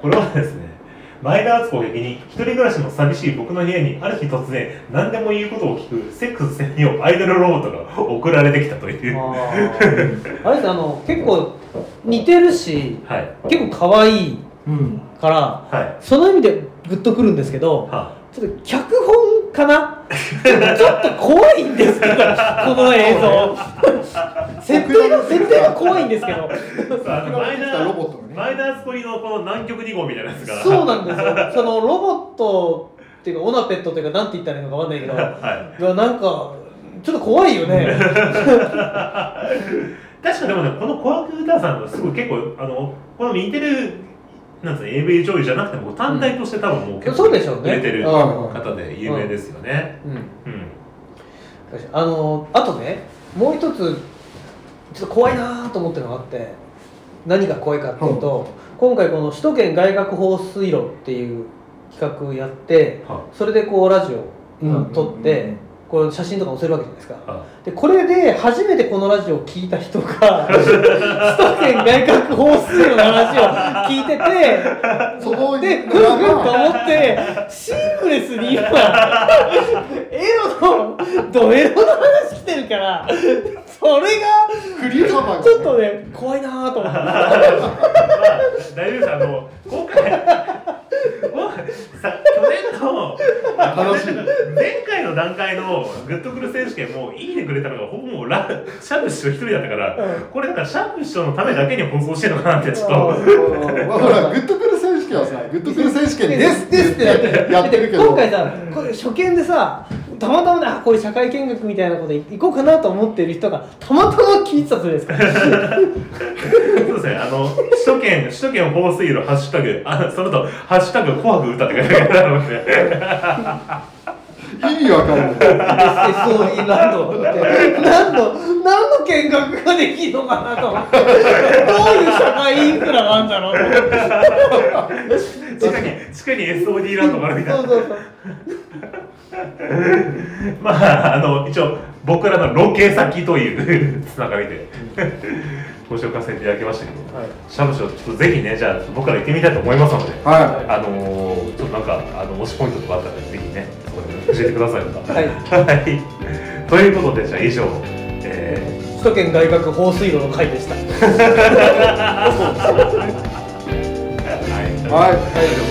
[SPEAKER 3] これはですね、前田敦子を激に、一人暮らしの寂しい僕の部屋に、ある日突然、何でも言うことを聞く、セックス専用アイドルロボットが送られてきたという。は
[SPEAKER 1] あーあれですあの結構似てるし
[SPEAKER 3] い。
[SPEAKER 1] 結構可愛い
[SPEAKER 2] うん
[SPEAKER 1] から
[SPEAKER 3] はい。
[SPEAKER 1] その意味でグッとくるんですけど
[SPEAKER 3] は
[SPEAKER 1] ちょっと脚本かな ちょっと怖いんですけどこの映 像設定が設定が怖いんですけど
[SPEAKER 3] さあ
[SPEAKER 2] 送られてきたロボットがね
[SPEAKER 3] 前田敦子にのこの南極2号みたいなやつが。
[SPEAKER 1] そうなんですよそのロボットっていうかオナペットっていうかなんて言ったらいいのかわかんないけど
[SPEAKER 3] はい。
[SPEAKER 1] いやなんかちょっと怖いよね
[SPEAKER 3] 確かでもね、この小悪歌さんがすごい結構、あの、この似てる、なんつうの、AV 女優じゃなくても、単体として多分もう結構、
[SPEAKER 1] そうでしょうね
[SPEAKER 3] 売れてる
[SPEAKER 2] はいはい
[SPEAKER 3] 方で有名ですよね。
[SPEAKER 1] うん
[SPEAKER 3] うん。
[SPEAKER 1] あのあとねもう一つちょっと怖いなと思ってるのがあって何が怖いかっていうと、今回この首都圏外郭放水路っていう企画やって
[SPEAKER 3] は
[SPEAKER 1] それでこうラジオ
[SPEAKER 2] うん
[SPEAKER 1] を撮って、これ写真とか載せるわけじゃないですか
[SPEAKER 3] あ
[SPEAKER 1] でこれで初めてこのラジオを聞いた人が首都圏外郭放水路の話を聞いてて
[SPEAKER 2] その
[SPEAKER 1] で、ぐんぐん
[SPEAKER 2] 裏
[SPEAKER 1] と
[SPEAKER 2] は
[SPEAKER 1] 思って、シームレスに今、エロの、ドエロの話来てるから、それが、
[SPEAKER 2] 振り幅がね
[SPEAKER 1] ちょっとね、怖いなぁと思って。
[SPEAKER 3] まあ、大丈夫です。あの、今回。今回さ、去年の。
[SPEAKER 2] 楽しい
[SPEAKER 3] 前回の段階のグッとくる選手権も、いいねくれたのが、ほぼもうラ、シャープ師匠一人だったから。
[SPEAKER 1] うん
[SPEAKER 3] これだから、シャープ師匠のためだけに放送してるのかなって、ちょっ
[SPEAKER 1] あ
[SPEAKER 3] と。
[SPEAKER 1] ー
[SPEAKER 2] まあほらグッとくる選手権はさグッとくる選手権です
[SPEAKER 1] ですってやってる
[SPEAKER 2] やってるけど
[SPEAKER 1] 今回さこれ初見でさたまたまねあこういう社会見学みたいなこと行こうかなと思ってる人がたまたま聞いてたじゃないですか
[SPEAKER 3] そうですね。あの、首都圏、首都圏放水路ハッシュタグ、あ、その後、ハッシュタグ紅白歌って書いてあるので。
[SPEAKER 2] 意味わかんない
[SPEAKER 1] そうランドって何の何の見学ができるのかなと思ってどういう社会インフラがあるんだろうと思って
[SPEAKER 3] 地下に、地下に S. O. D. ランドがあるみたいな
[SPEAKER 1] そう。そうそう
[SPEAKER 3] まあ、あの、一応、僕らのロケ先という つながりで、ご紹介させていただきましたけど、
[SPEAKER 1] はい
[SPEAKER 3] しゃぶしょう、ちょっとぜひね、じゃあ、僕ら行ってみたいと思いますので、
[SPEAKER 2] は
[SPEAKER 3] あのーちょっとなんか、あの、推しポイントとかあったら、ぜひね、そこで教えてくださいとか。
[SPEAKER 1] はい
[SPEAKER 3] はいということで、じゃあ、以上、え
[SPEAKER 1] 首都圏外郭放水路の会でした
[SPEAKER 3] ー、はい
[SPEAKER 2] はい
[SPEAKER 3] 大丈夫